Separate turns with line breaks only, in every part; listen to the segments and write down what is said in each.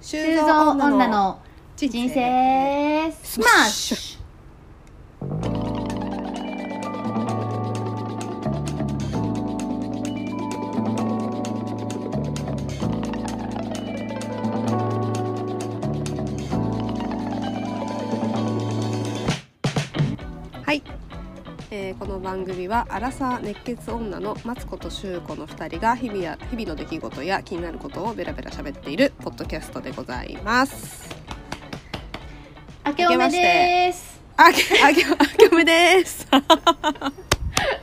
修
修造女の人生スマッシュ
ュ
はい、えーこの番組はアラサー熱血女のマツコとシュウコの2人が日々や日々の出来事や気になることをベラベラ喋っているポッドキャストでございます
明けおめです
あけあけあけおめです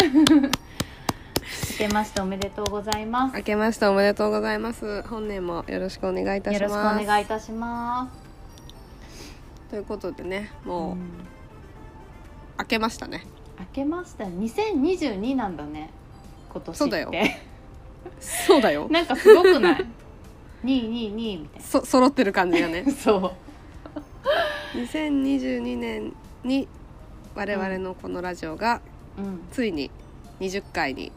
明けましておめでとうございます
明けましておめでとうございます本年もよろしくお願いいたし
よろしくお
ます
願いいたしま
ということでね
す、
もう
うん
明けましたね
明けました2022なんだね今年って
そうだよそうだよ
なんかすごくない222みたい
そ揃ってる感じがね
なそう
2022年に我々のこのラジオが
うん、
ついに20回に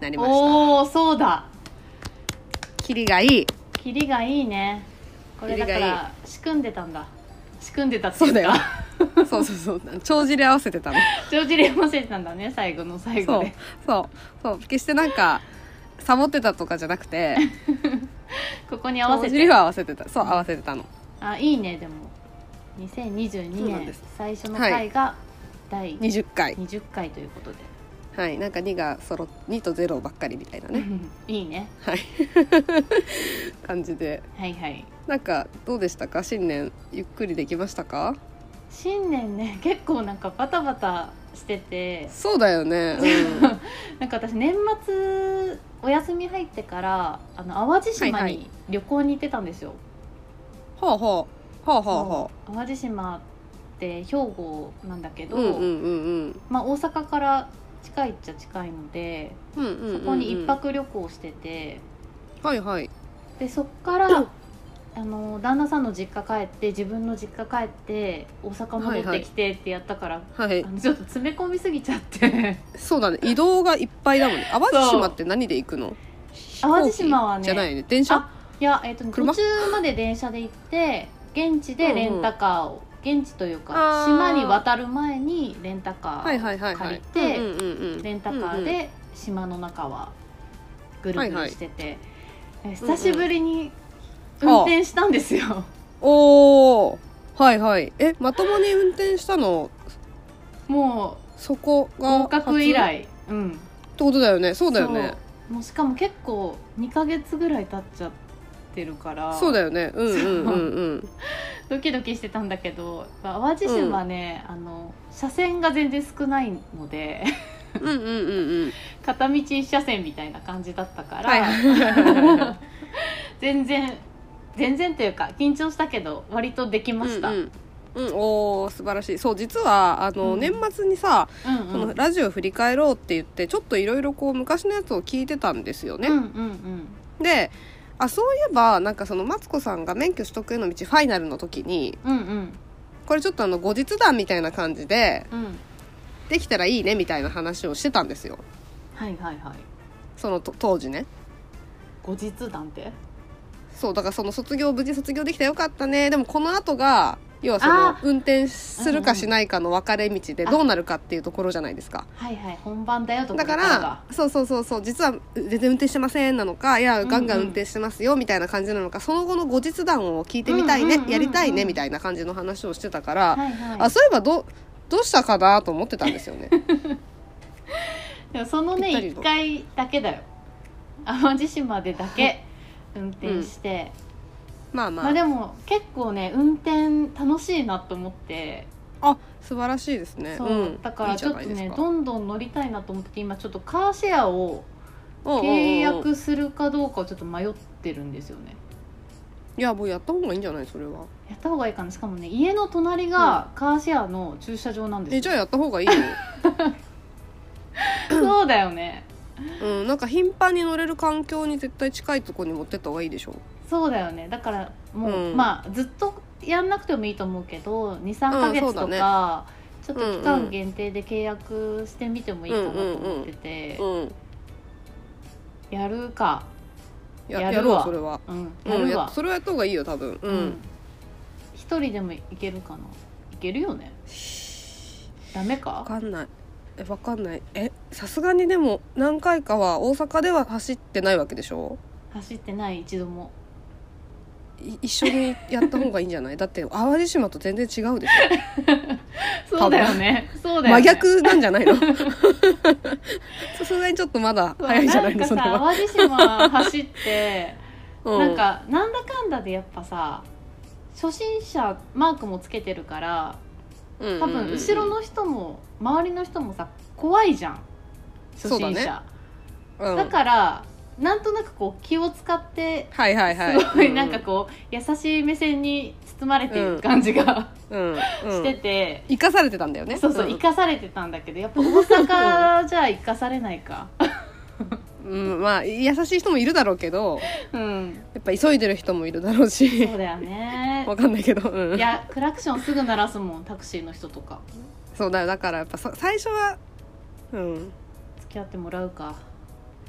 なりました
おおそうだ
キリがいい
キリがいいねこれだか
キリがい
ら仕組んでたんだ仕組んでたってい
そ
うか
うだよそうそうそう帳尻合わせてたの
帳尻合わせてたんだね最後の最後
そう
で
そうそう決してなんかサボってたとかじゃなくて
ここに合わ
帳
せ
尻
て
は合わせてたそう合わせてたの
あいいねでも2022
そうなんで
年
す
最初の回が第
20回
20回ということで、
はいなんか2が揃っ2と0ばっかりみたいなね
いいね
はい感じで
はいはい
なんかどうでしたか新年ゆっくりできましたか
新年ね 結構なんかバタバタしてて
そうだよ ね、うん、
なんか私年末お休み入ってからあの淡路島
はいは
に旅行に行ってたんですよ、
ほうほうほうほうほ
そう淡路島って兵庫なんだけ
う
ど、
うんうんうん
まあ、大阪から近いっちゃ近いので
うんうんうんうん
そこに一泊旅行してて、
はいはい
でそっから、あの旦那さんの実家帰って自分の実家帰って大阪戻ってきてってやったから、
はい
あのちょっと詰め込みすぎちゃって
そうだね移動がいっぱいだもんね淡路島って何で行くの
淡路島は
飛行機じゃな
ね
いね電車
あいや、えっと
車
途中まで電車で行って現地でレンタカーを、現地というか
あー
島に渡る前にレンタカ
はいはいはい
ー
は
を借
い
りて
うんうんうんうん
レンタカー
うんうん
で島の中はぐる
はい
ぐ
は
る
い
してて、え久しぶりに
うん
運転したんですよ、
おおはいはいえまともに運転したの
も
そこ
う
が
合格以来うん
初ってことだよねそうだよね
そうもうしかも結構2ヶ月ぐらい経っちゃってるから
そうだよねうんうんうんうん
ドキドキしてたんだけどやっぱ淡路島はね、あの車線が全然少ないので
うんうんうんうん
片道1車線みたいな感じだったから、
はいは
全然全然というか緊張したけど割とでき
い
ました、
う
うんん
うんうんおー素晴らしいそう実はあの、
うん
年末にさ
うん
そのラジオ振り返ろうって言ってちょっといろいろこう昔のやつを聞いてたんですよね、
うんうん
であそういえばなんかそのマツコさんが免許取得への道ファイナルの時に
うんうんうん
これちょっとあの後日談みたいな感じで
うん
できたらいいねみたいな話をしてたんですよ
はいはいはい
そのと当時ね
後日談って
そうだからその卒業無事卒業できたよかったねでもこの後が要はそ
あ
の
ー
運転するかしないかの分かれ道で
うんうん
どうなるかっていうところじゃないですか
はいはい本番だよと
だか
これ
らそうそうそうそう実は全然運転してませんなのかいやガンガン運転してますよみたいな感じなのかその後の後日談を聞いてみたい
うんうんうん
ね
うん
やりたいねみたいな感じの話をしてたから
はいはい
あそういえばどうどうしたかなと思ってたんです よね。
でもそのね
ぴったり
1
の
回だけだよ淡路島でだけ運転して、
まあまあ、
まあでも結構ね運転楽しいなと思って、
あ素晴らしいですね。
そう、
うん、
だからちょっとね
いいじゃないですか
どんどん乗りたいなと思って今ちょっとカーシェアを
うんうんうん
契約するかどうかをちょっと迷ってるんですよね
いやもうやった方がいいんじゃないそれは。
やった方がいいかなしかもね家の隣がカーシェアの駐車場なんですよ、
えじゃあやった方がいいよ。
そうだよね
うんなんか頻繁に乗れる環境に絶対近いとこに持ってった方がいいでしょ。
そうだよねだからもう、
うん
まあずっとやんなくてもいいと思うけど23
うん
か月
そ
と
う
か、ちょっと期
うんう
間
ん
限定で契約してみてもいいかなと思ってて、
うん
やるか
や
や
や
るわ
ろうそれは
うん
う
や
ん
る
や
わ
それはやった方がいいよ多分う
うん一人でもいけるかないけるよねダメ
わ
か
かんないえわかんないえさすがにでも何回かは大阪では走ってないわけでしょ
走ってない一度も
い一緒にやった方がいいんじゃ ないだって淡路島と全然違うでしょ、
そうだよねそうだよ
真
ね
逆なんじゃないの さすがにちょっとまだ
そう
早いじゃないのそれ
な
は、
んかさ淡路島走って
う
なんかなんだかんだでやっぱさ初心者マークもつけてるから多
うんうんうん
分
うん
後ろの人も周りの人もさ怖いじゃん初
そうだ
心
ね
者
うん
だからなんとなくこう気を使って
はいはいはい
すごいなんかこう優しい目線に包まれている感じが
うん、うんうん
してて、
生かされてたんだよね
そうそう生かされてたんだけどやっぱ大阪じゃ生かされな いか
うん、うんまあ優しい人もいるだろうけど
うん
やっぱ急いでる人もいるだろうし
そうだよね
わかんないけど、うん、
いやクラクションすぐ鳴らすもんタクシーの人とか
そうだよだからやっぱさ最初はうん、
付き合ってもらうか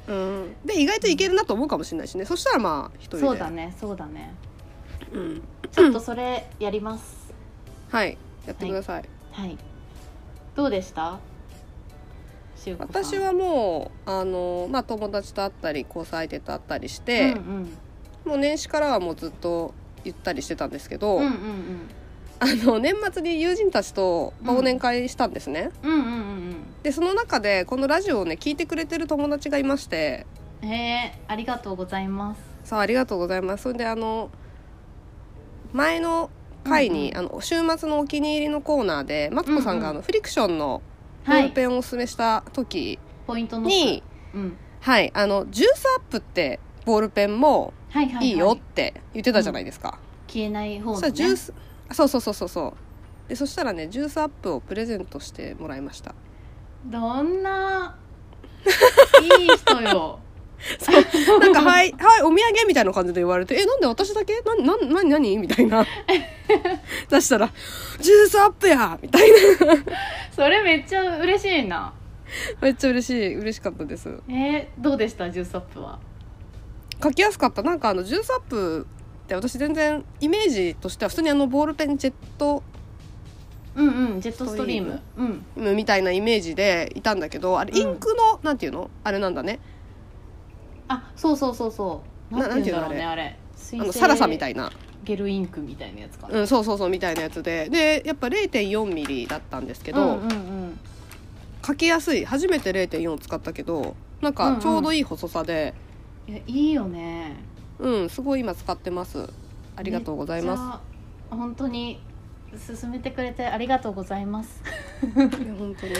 うん、で意外といけるなと思うかもしれないしねそしたらまあ一人で
そうだねそうだね
うん、
ちょっとそれや ります
はいやってください、
はいどうでしたしゅうこさん
私はもうあの、まあ、友達と会ったり交際相手と会ったりし
うん
て、もう年始からはもうずっと言ったりしてたんですけど、
うんうんうん
あの年末に友人たちとまあ
うん
忘年会したんですね、
うんうんうん
でその中でこのラジオをね聞いてくれてる友達がいまして
うんへえありがとうございます
さあありがとうございますそれであの前の回に、
うん
あの週末のお気に入りのコーナーでマツコさんがあ
うん
の、フリクションのボ
は
ール
い
ペンをおすすめした時
ポイントの
に、
うん
はいあのジュースアップってボールペンも
はいはいはい
いよって言ってたじゃないですか、
消えない方
そ
の
したらジ
ね
ュースあそうそうそうそうそうでそしたらねジュースアップをプレゼントしてもらいま した
ど んないい人よ
そうなんか「はいはいお土産」みたいな感じで言われて「えなんで私だけななな何?」みたい な出したら「ジュースアップや!」みたいな
それめっちゃ嬉しいな
めっちゃ嬉しい嬉しかったです
えー、どうでしたジュースアップは
書きやすかったなんかあのジュースアップって私全然イメージとしては普通にあのボールペンジェット
うんうんジェットストリームうん
みたいなイメージでいたんだけどあれインクの、なんていうのあれなんだね
あそうそうそうそう
な
なんていうんだろうね
な
あれ
あ
水
の
性
サラサみたいな、
ゲルインクみたいなやつかな、
うん、そうそうそうみたいなやつででやっぱ0 4ミリだったんですけど、
うんうんうん
書きやすい初めて0.4を使ったけどなん
うんう
か
ん
ちょうどいい細さで
いやいいよね
うん、すごい今使ってますありがとうございます
す本当に勧めてくれてありがとうございます
いや本当に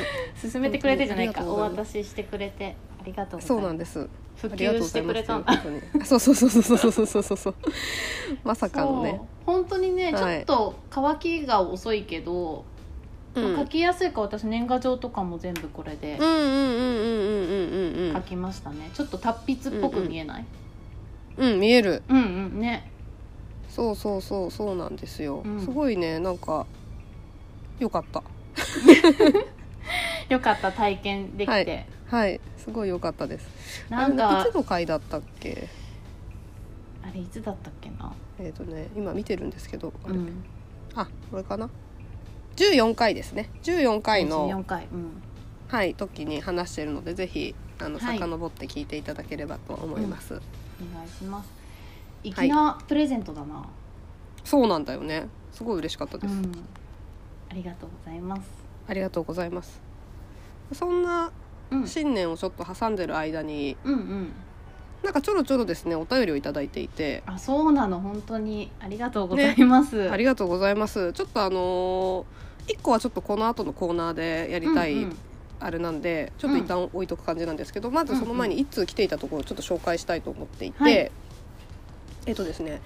勧めてくれてじゃないか
本
お
当にありがとうござい
渡ししてくれてありがとうござい
そう
ます
なんです
普
ありがとう
及
ご
し
ざ
て
います
くれたんだ
本当にあそうそうそうそうそうそうそうそうそうまさかのね
そう本当にね、
はい
ちょっと乾きが遅いけど、
うん、うん
書きやすいから私年賀状とかも全部これで
うんうんうんうんうんうんう
書
ん
きましたね、ちょっと達筆っぽく見えない、
うん見える
うん、うんね
そうそうそうそうなんですよ、
うん
すごいねなんかよかった
よかった体験できて、
はいはいすごいよかったです
なん
あ
か
れいつの回だったっけ
あれいつだったっけな、
えっ、とね今見てるんですけどあ
う
れ,、
ん、
あこれかな14回ですね14回の、
4回、うん、
はい、時に話してるのでぜひあの
はい
遡って聞いていただければと思います、
お願いします粋なプレゼントだな、
そうなんだよねすごい嬉しかったで
う
す、
ん、ありがとうございます、
ありがとうございますそんな
うん、
新年をちょっと挟んでる間に
うんうん
なんかちょろちょろですねお便りをいただいていて
あそうなの本当にありがとうございます、
ありがとうございますちょっとあのー、1個はちょっとこの後のコーナーでやりた
うん
い
うん
あれなんで、ちょっと一旦置いとく感じなんですけどまずその前に一通来ていたところをちょっと紹介したいと思っていて、
はい
えっとですね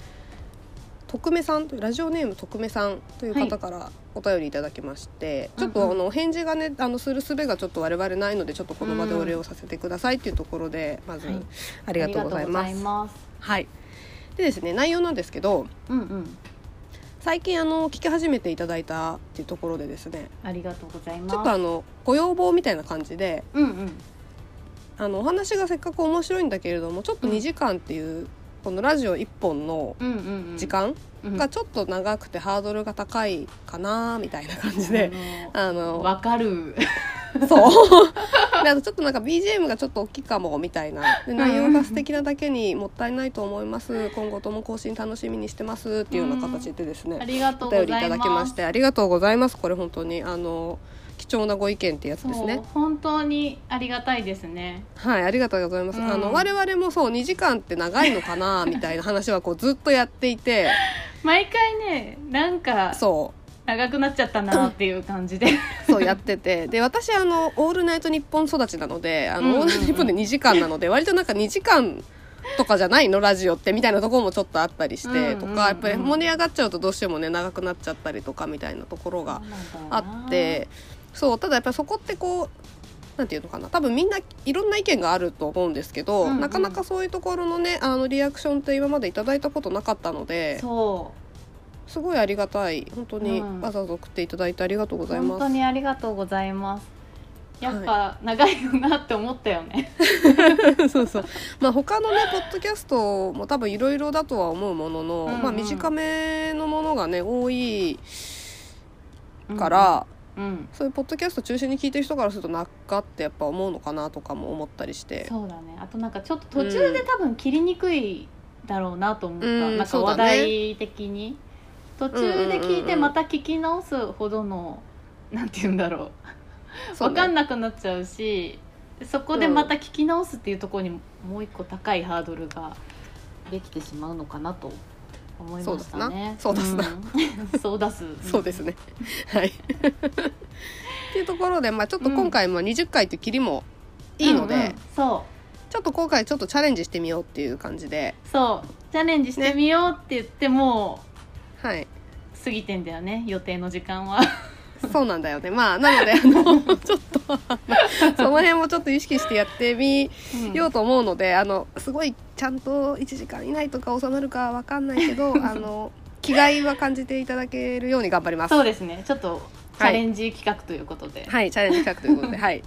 徳目さんというラジオネーム徳目さんという方からお便りいただきまして、ち
うん
ょ
うん
っとあの返事がねあのする術がちょっと我々ないのでちょっとこの場でお礼をさせてくださいっていうところでまず
はい
ありがとうございま
あり
す。
がとうございます
はい、でですね内容なんですけど
うんうん
最近あの聞き始めていただいたっていうところでですね
ありがとうございます
ちょっとあのご要望みたいな感じで
うんうん
あのお話がせっかく面白いんだけれどもちょっと2時間っていうこのラジオ1本の
うんうんうん
時間
うん
がちょっと長くてハードルが高いかなみたいな感じで、あ
あの
の
わかる
そう であとちょっとなんか BGM がちょっと大きいかもみたいなで内容が素敵なだけにもったいないと思います今後とも更新楽しみにしてますっていうような形でですね
ありがと
お
うござ
便
い
り
ま
い
す
ただきましてありがとうございますこれ本当にあの貴重なご意見ってやつ
そう
ですね
本当にありがたいですね
はいありがとうございます、
うん
あの我々もそう2時間って長いのかなみたいな話はこうずっとやってい て
毎回ねなんか
そ
長くなっちゃったなっていう感じで
うそうやっててで私あの「オールナイトニッポン」育ちなので「あの
うんうんうん
オールナイトニッポン」で2時間なので割となんか2時間とかじゃないのラジオってみたいなところもちょっとあったりして、
うん
と
うんうん
かやっぱり盛り上がっちゃうとどうしてもね長くなっちゃったりとかみたいなところがあってそうただやっぱりそこってこうなんていうのかな多分みんないろんな意見があると思うんですけど、
うんうん
なかなかそういうところのねあのリアクションって今までいただいたことなかったので
そ
すごいありがたい本当に
うん
わざわざ送っていただいてありがとうご
う
ざいま
本
す。
当にありがとうございますやっぱ長いよなって思ったよね、
そうそうまあ他のねポッドキャストも多分いろいろだとは思うものの、
うんうん
まあ、短めのものがね多いから、
うん、うん
そういうポッドキャスト中心に聞いてる人からするとなっかってやっぱ思うのかなとかも思ったりして
そうだねあとなんかちょっと途中で多分切りにくいだろうなと思った、
うん
なん
そ
か
うだね
話題的に、途中で聞いてまた聞き直すほどのなんて言うんだろう
そう
分
ね
かんなくなっちゃうしそこでまた聞き直すっていうところにもう一個高いハードルができてしまうのかなと思いましたね。
そうだすな
うん そうだす。
そうですね。はい。っていうところで、まあ、ちょっと今回、まあ、20回という切りも
うん。
いいので、
うんうんそう
ちょっと今回ちょっとチャレンジしてみようっていう感じで、
そうチャレンジしてみようって言っても
はい。
う過ぎてんだよね予定の時間は。
そうなんだよね。まあ、なので、あの、ちょっと、あのその辺もちょっと意識してやってみようと思うので、あの、すごい、ちゃんと1時間以内とか収まるかわかんないけど、あの、気概は感じていただけるように頑張ります。
そう
は
ですねちょっとチャレンジ企画ということで
い、チャレンジ企画ということで、はい。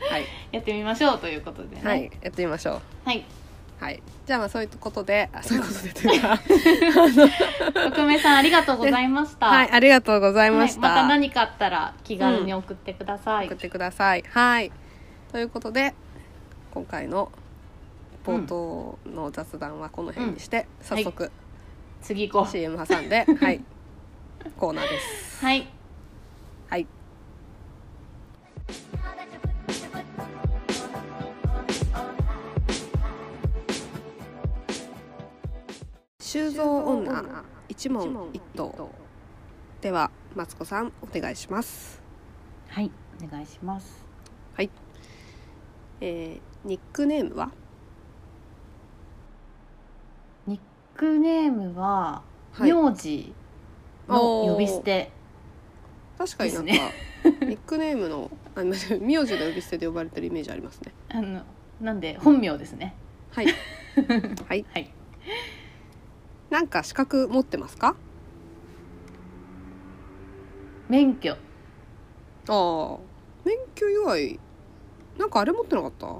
はい。
やってみましょうということでね
はい、やってみましょう。
はい
はい。じゃあまあそういうことで、あそういうことでという か、
匿名さんありがとうございました、
はい、ありがとうございま
はい
した。
また何かあったら気軽に送ってください、
送ってください。はい。ということで、今回の冒頭の雑談はこの辺にして、
ん
早速
次行こう
CM 挟ん で、はい、コーナーです。
はい
はい。修造女一問一答ではマツコさんお願いします。
はいお願いします
えー、ニックネームは
ニックネームは、
はい
名字の呼び捨て
確かになんか、
で
ニックネームのあ 名字の呼び捨てで呼ばれてるイメージありますね。
あのなんで本名ですね
はい。はい。
はい
なんか資格持ってますか？
免許
ああ、免許以外なんかあれ持ってなかった？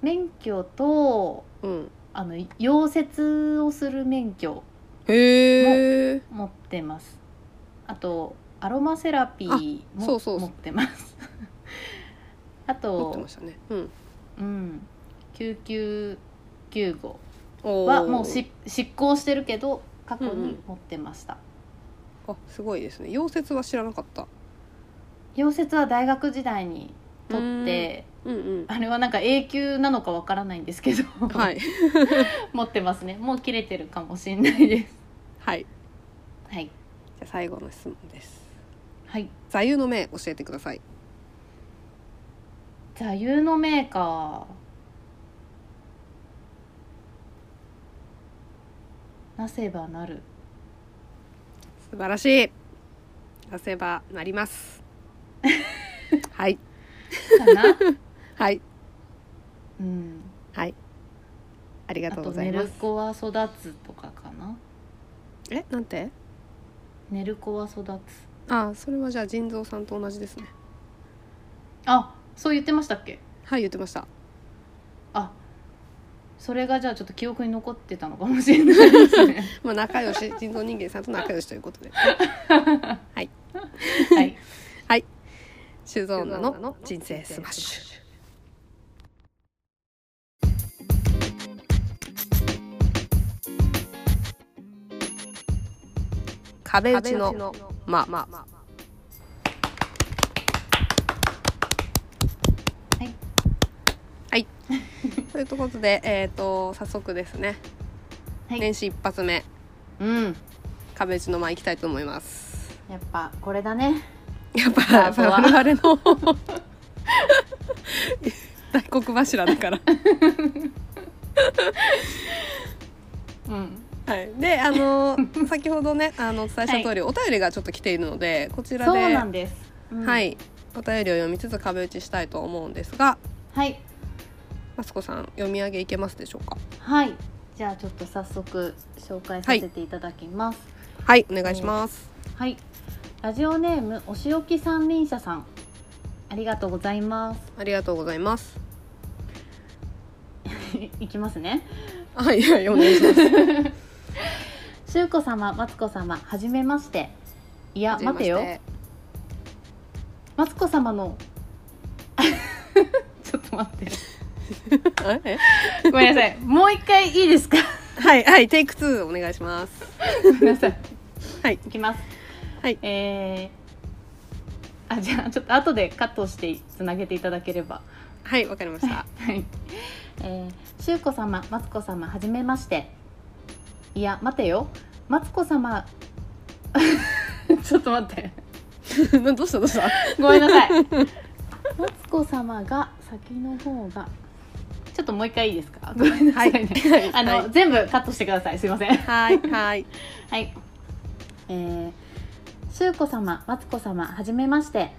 免許と
うん。
あの溶接をする免許
へえ。
持ってますあとアロマセラピーも
あそうそうそう
持ってます あ
持って
と
ましたね。うん。
うん救急救護
おー
はもうし執行してるけど過去に持ってました、
あすごいですね。溶接は知らなかった。
溶接は大学時代に取って
うんうん。
あれはなんか永久なのかわからないんですけど、
はい
持ってますねもう切れてるかもしれないです
はい。
はい
じゃあ最後の質問です。
はい
座右の銘教えてください。
座右の銘かなせばなる
素晴らしい。出せばなり ます。はい
かな、
はい
うん、
はい。ありが
あ
とう
と
ご
「
ざい
寝
ま
る
す。
子は育つ」とかかな
えなんて？
「寝る子は育つ
あそれはじゃあ腎臓さんと同じですね。」
あそう言ってましたっけ
はい言ってました。
あそれがじゃあちょっと記憶に残ってたのかもしれないで すね
まあ仲良し人造人間さんと仲良しということではい
はい
はい酒造女の人生スマッシュ壁打ちのままあ
はい
はい。 ということで、えっ、と、早速ですね。
はい
年始一発目、
うん
壁打ちの間行きたいと思います。
やっぱこれだね
やっ
あ
ぱ、
とは
我々の大黒柱だから。
うん
はい。で、あの、先ほどね、あの、お伝えした通り、お便りがちょっと来ているので、こちらで、
そうなんです、うん
はい。お便りを読みつつ壁打ちしたいと思うんですが、
はい
マスコさん読み上げいけますでしょうか。
はいじゃあちょっと早速紹介させていただきます
はい、お願いします。
はい、ラジオネームお仕置き三輪車さんありがとうございます
ありがとうございます。
いきますね
はい、はいお願いします。
しゅうこ様まつこ様はじめましていや
はじめ
待
ま
て
して
よマツコ 様のちょっと待って
え
ごめんなさいもう一回いいですか
はいはいテイク2お願いします
ごめんなさい
はい
いきます
はい
えー、あじゃあちょっと後でカットしてつなげていただければ
はいわかりました
はいえー、しゅうこ様マツコ様はじめましていや待てよマツコ様 ちょっと待って
な どうしたどうした
ごめんなさい。マツコ様が先の方が。ちょっともう一回いいですか。ごめんなさいね。
はい
あの、
はい
全部カットしてください。すいません。は
はいはい
い。えー、しゅうこ様、マツコ様、はじめまして。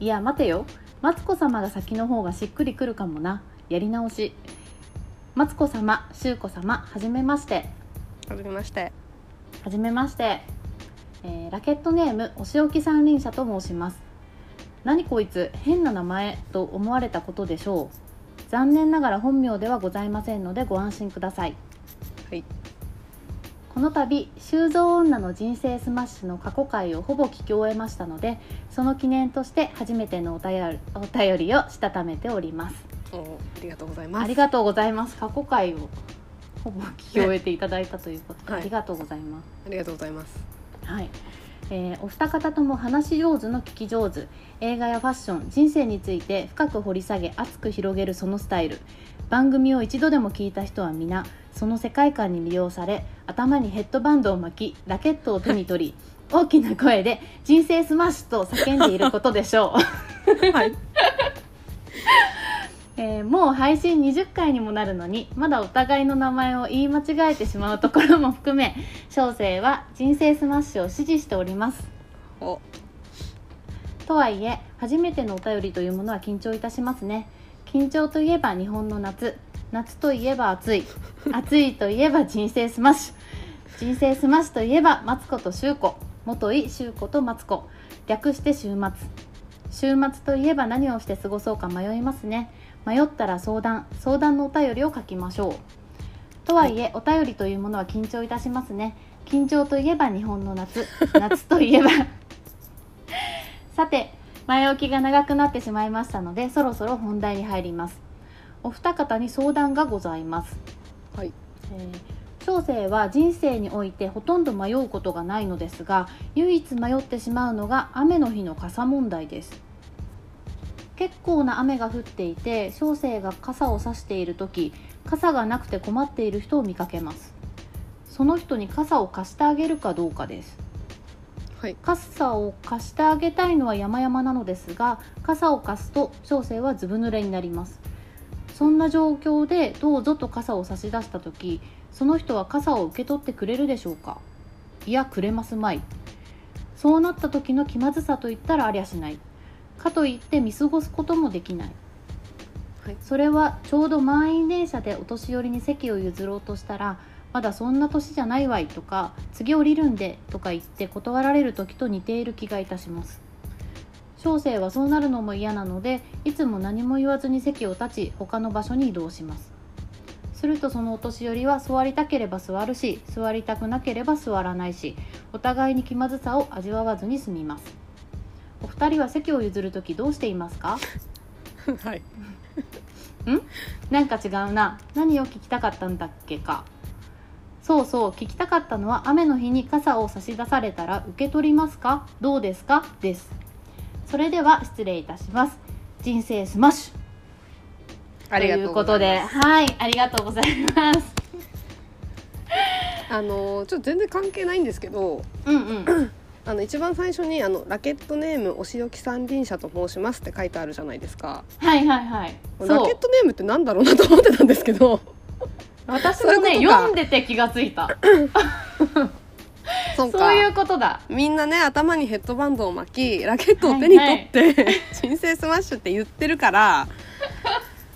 いや、待てよ。マツコ様が先の方がしっくりくるかもな。やり直し。マツコ様、しゅうこ様、はじめまして。
はじめまして
はじめまして、えーラケットネームお仕置き三輪車と申します何こいつ変な名前と思われたことでしょう残念ながら本名ではございませんのでご安心ください
はい
この度修造女の人生スマッシュの過去回をほぼ聞き終えましたのでその記念として初めてのお便りお便りをしたためております
おありがとうございます
ありがとうございます過去回をほぼ聞き終えていただいたということで、
はい
ありがとうございます
ありがとうございます
はい、えーお二方とも話し上手の聞き上手映画やファッション人生について深く掘り下げ熱く広げるそのスタイル番組を一度でも聞いた人は皆その世界観に魅了され頭にヘッドバンドを巻きラケットを手に 取り大きな声で「人生スマッシュ!」と叫んでいることでしょ う。
はい
えーもう配信20回にもなるのにまだお互いの名前を言い間違えてしまうところも含め小生は「人生スマッシュ」を支持しております。
お
とはいえ初めてのお便りというものは緊張いたしますね緊張といえば日本の夏夏といえば暑い暑いといえば人生スマッシュ人生スマッシュといえばマツコとシュウコ元井シュウコとマツコ略して週末週末といえば何をして過ごそうか迷いますね迷ったら相談相談のお便りを書きましょうとはいえお便りというものは緊張いたしますね緊張といえば日本の夏夏といえばさて前置きが長くなってしまいましたのでそろそろ本題に入りますお二方に相談がございます
はい
えー小生は人生においてほとんど迷うことがないのですが唯一迷ってしまうのが雨の日の傘問題です結構な雨が降っていて小生が傘を差している時傘がなくて困っている人を見かけますその人に傘を貸してあげるかどうかです
はい
傘を貸してあげたいのは山々なのですが傘を貸すと小生はずぶ濡れになりますそんな状況でどうぞと傘を差し出した時その人は傘を受け取ってくれるでしょうかいやくれますまいそうなった時の気まずさといったらありゃしないかといって見過ごすこともできない
はい
それはちょうど満員電車でお年寄りに席を譲ろうとしたら「まだそんな年じゃないわい」とか「次降りるんで」とか言って断られる時と似ている気がいたします小生はそうなるのも嫌なのでいつも何も言わずに席を立ち他の場所に移動しますするとそのお年寄りは座りたければ座るし座りたくなければ座らないしお互いに気まずさを味わわずに済みますお二人は席を譲るときどうしていますか
はい
なんか違うな何を聞きたかったんだっけかそうそう聞きたかったのは雨の日に傘を差し出されたら受け取りますかどうですかですそれでは失礼いたします人生スマッシュ
ありがとうございます
ということではいありがとうございます
あのちょっと全然関係ないんですけど
うん うん
あの一番最初にあの「ラケットネームお仕置き三輪車と申します」って書いてあるじゃないですか
はいはいはい
ラケッ
そう
トネームってなんだろうなと思ってたんですけ ど
私も
そういう
ね
ことか
読んでて気がついた
そうか
そういうことだ
みんなね頭にヘッドバンドを巻きラケットを手に取って、 人生スマッシュって言ってるから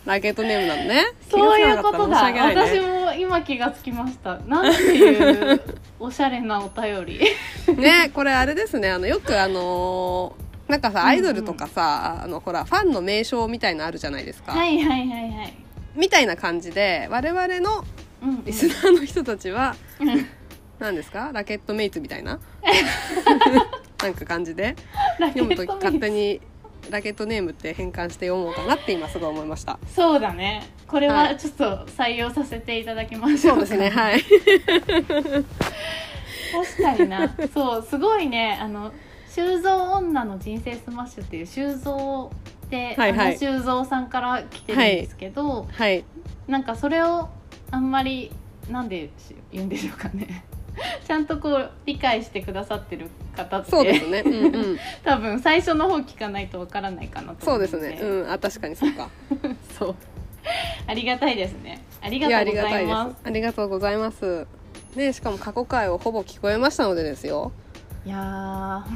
ラケットネームなのね
そういうことだ、
気がつかなかった申し
私も今気がつきましたなんていう おしゃれなお便り
訳ないねねこれあれですねあのよくあのーなんかさアイドルとかさ、あのほらファンの名称みたいのあるじゃないですか、
はいはいはいはい
みたいな感じで我々の
うんうん
リスナーの人たちは
うん
何ですかラケットメイツみた いななんか感じで
ラケ
読むと
ット
き
メイ
勝手にラケットネームって変換して読もうかなって今すごい思いました
そうだねこれ
は
はいちょっと採用させていただきましょ
そううですねはい
確かになそうすごいねあの修造女の人生スマッシュっていう修造って、
はいはい
あの修造さんから来てるんですけど、
はい
なんかそれをあんまりなんでし言うんでしょうかね ちゃんとこう理解してくださってる方って
そうですね。うんうん。
多分最初の方聞かないとわからないかなと
そう
思
で
の
すね。うん、あ、確かにそうか。そう。
ありがたいですねあり
いや、
が
あ
と
り
うご
が
ざ
た
い
いで
ます
す。ありがとうございます。ね、しかも過去回をほぼ聞こえましたのでですよ。
いやー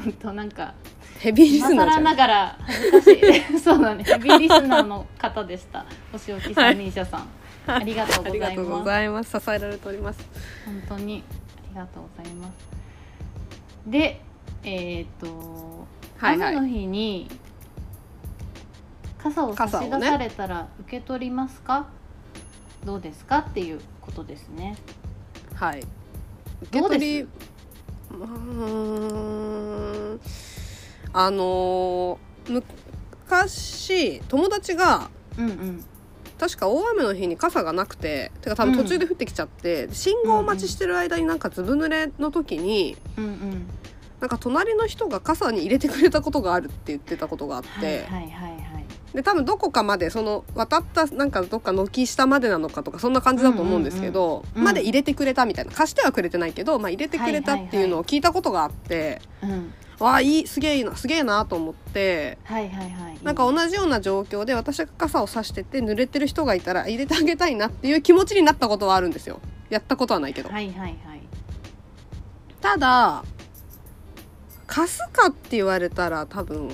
本当なんか
ヘビーリ
今
スナーじ
更
ゃ。
なんがら 恥ずかしいそうだねヘビーリスナーの方でした星置三人者さん、ありがとう
あ
ご
り
ざ
が
い
とう
ま
ご
す
ざいます。支えられております。
本当にありがとうございますでえっ、と、
はいは
雨の
い。
日に傘を差し出されたら受け取りますか、どうですかっていうことですね
はい。受け
どう
取
で
り。
す
うーん。あのー昔、友達が。
うんうん
確か大雨の日に傘がなくててか多分途中で降ってきちゃって、信号待ちしてる間になんかずぶ濡れの時に、
うんうん
なんか隣の人が傘に入れてくれたことがあるって言ってたことがあって、
はいはいはいはい
で多分どこかまでその渡ったなんかどっか軒下までなのかとかそんな感じだと思うんですけど、
うんうんうん
まで入れてくれたみたいな貸してはくれてないけど、まあ、入れてくれたっていうのを聞いたことがあって、
うん
わあいいすげえなすげえなと思って。
はいはいはい
なんか同じような状況で私が傘を差してて濡れてる人がいたら入れてあげたいなっていう気持ちになったことはあるんですよやったことはないけど、
はいはいはい
ただ貸すかって言われたら多分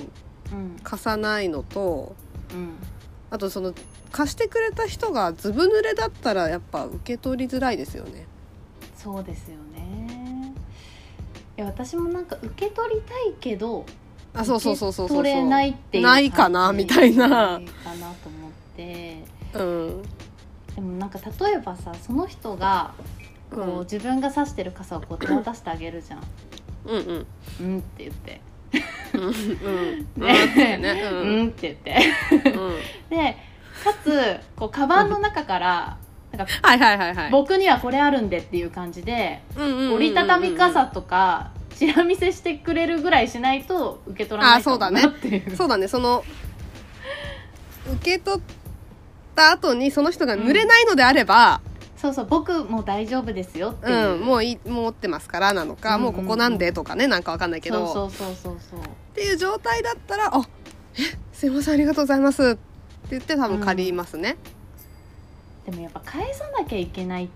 うん
貸さないのと
うん
あとその貸してくれた人がずぶ濡れだったらやっぱ受け取りづらいですよね。
そうですよねいや私もなんか受け取りたいけど
あそうそうそうそうそうそう
受け取れないっていう
ないかな
感じ
みたいな
ないかなと思って
うん
でもなんか例えばさその人がこう、
うん
自分が指してる傘をこう手渡してあげるじゃん
うんうん
「うん」って言って
うんうんう
「
んね
う
うんん
うん」って言って
うん
でかつこうカバンの中からなんか
はいはいはいはい
僕にはこれあるんでっていう感じで
うんうんうんうん
折りたたみ傘とかチラ見せしてくれるぐらいしないと受け取らないかもなっていう
そうだねその受け取った後にその人が濡れないのであれば、
そうそう僕も大丈夫ですよって
う
い
ん
う、
もういいもう持ってますからなのか、
うんうんうん
もうここなんでとかねなんかわかんないけど
そうそうそうそうそう
っていう状態だったら「あえすいませんありがとうございます」って言って多分借りますね、
でもやっぱ返さなきゃいけないっ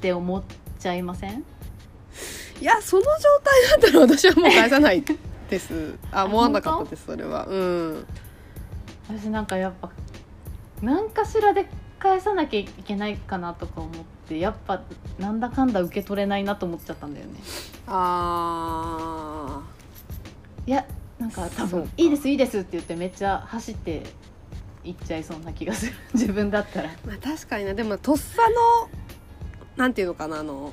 て思っちゃいません
いやその状態だったら私はもう返さないです あ思わなかったですそれはうん
私なんかやっぱ何かしらで返さなきゃいけないかなとか思ってやっぱなんだかんだ受け取れないなと思っちゃったんだよね
あ
いやなんか多
そう
分
か
「いいですいいです」って言ってめっちゃ走って行っちゃいそうな気がする 自分だったら
まあ、確かになでもとっさのなんていうのかなあの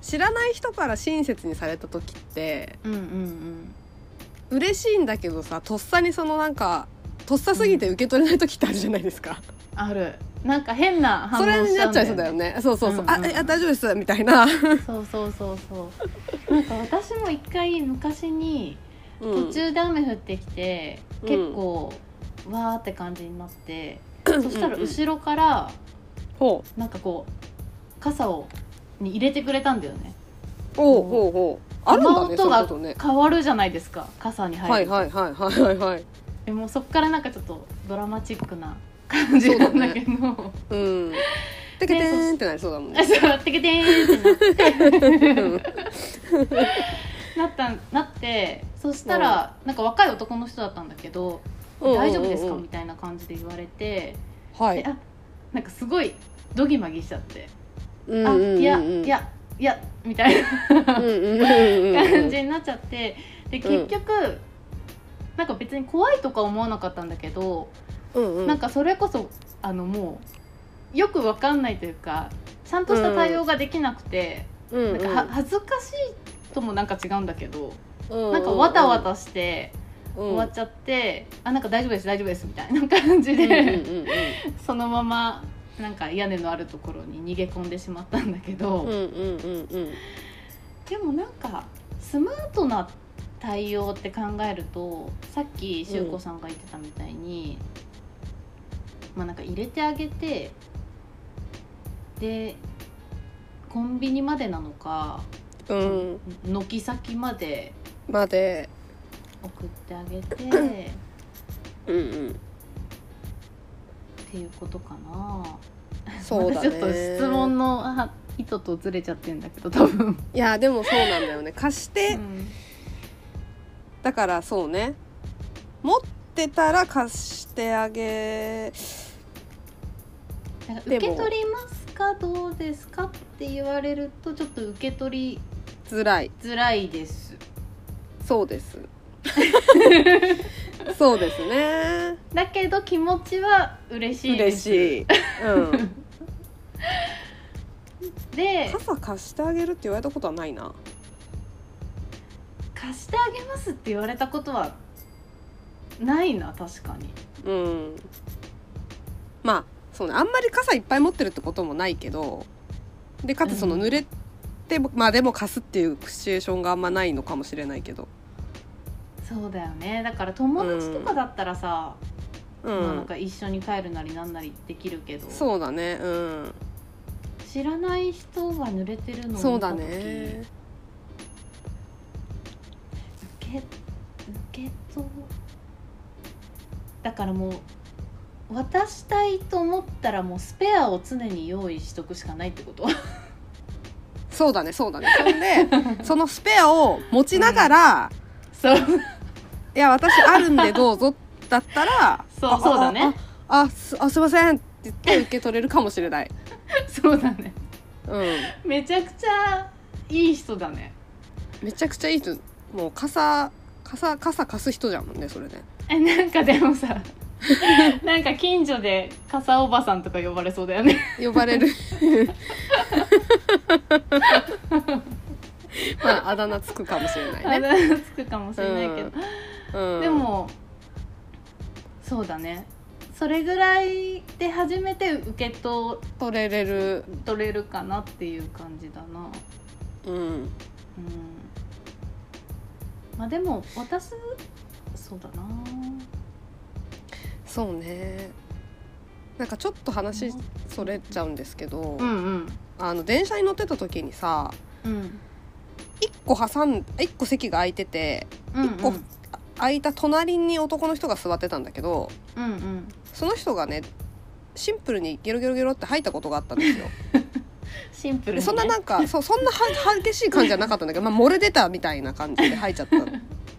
知らない人から親切にされた時って
うんうんうん
嬉しいんだけどさとっさにそのなんかとっさすぎて受け取れない時ってあるじゃないですか、
あるなんか変な反応
それ
し
に
ち
な
ゃう
っ
ん
ちゃ
だ
いそうだよ
よね
ねそうそうそう、
うんうん
あいや大丈夫ですみたいな、
そうそうそうそうなんか私も一回昔に
うん
途中で雨降ってきて、
うん
結構わーって感じになって、
ん
そしたら後ろから
ほう
なんかこう傘をに入れてくれたんだよね
ほうほうほうあるんだね
こ
そう
の
いうこ
音
とね
が変わるじゃないですか傘に入る、
はいはいはいはいはいはい
でもそっからなんかちょっとドラマチックな感じなんだけど
うんテケテーンってなりそうだも んね
そうやってけてーんって
うん
なったなってそしたらなんか若い男の人だったんだけど「大丈夫です
うん
か?」
うんう
み
ん
たいな感じで言われて、
は
で
い
あなんかすごいドギマギしちゃって
う
「
ん
あ
うんうんうん
いやいやいや」みたいな
うんうんうんうん
感じになっちゃってで結局、なんか別に怖いとか思わなかったんだけど、
うんうん
なんかそれこそあのもうよくわかんないというかちゃんとした対応ができなくて、
うんうん
なんかは恥ずかしいともなんか違うんだけど、
な
なんかわたわたして終
終
わっちゃって、あなんか大丈夫です大丈夫ですみたいな感じで、 そのままなんか屋根のあるところに逃げ込んでしまったんだけど。でもなんかスマートな対応って考えるとさっきしゅうこさんが言ってたみたいに、まあなんか入れてあげてでコンビニまでなのか、
うん
軒先まで
まで
送って あげてっ
うんうん
ていうことかな。
そうだ
またちょっと
ね
質問のあ意図とずれちゃってんだけど多分。
いやでもそうなんだよね貸して
うん
だからそうね持ってたら貸してあげ
なんか
で
受
も
け取りますかどうですかって言われるとちょっと受け取り
づらい
づらいです
そうですそうですね
だけど気持ちは嬉しいで
嬉
す
しい、 うん、
で
傘貸してあげるって言われたことはないな
貸してあげますって言われたことはないな確かに
うんまあそうねあんまり傘いっぱい持ってるってこともないけどでかつその
うん
濡れても、まあでも貸すっていうシチュエーションがあんまないのかもしれないけど
そうだよねだから友達とかだったらさ、
う
まあなん
ん
か一緒に帰るなりなんなりできるけど
そうだねうん
知らない人が濡れてるのを見た時
そうだね
受け受け取だからもう渡したいと思ったらもうスペアを常に用意しとくしかないってこと
そうだねそうだねそんで そのスペアを持ちなが ら「
そう
いや私あるんでどうぞ」だったら
そう
あ
そうだね
あああすあすいませんって言って受け取れるかもしれない、
そうだね
うん、
めちゃくちゃいい人だね
めちゃくちゃいい人もう傘傘傘貸す人じゃんもんねそれね
えなんかでもさ なんか近所で傘おばさんとか呼ばれそうだよね
呼ばれるまああだ名つくかもしれな
あ
いね、
だ名つくかもしれないけど、
うん、
でもそうだねそれぐらいで初めて受け取
取れれる
取れるかなっていう感じだな
うん
うんまあでも私そうだな
そうねなんかちょっと話それちゃうんですけど、
うんうん
あの電車に乗ってた時にさ
うん
一個挟ん一個席が空いてて
うん
一個空いた隣に男の人が座ってたんだけど
うんうん
その人がねシンプルにゲロゲロゲロって吐いたことがあったんです よ
シンプル
で
に、ね、
そんななんかそうそんなは激しい感じじゃなかったんだけど、まあ、漏れ出たみたいな感じで吐いちゃったん
はい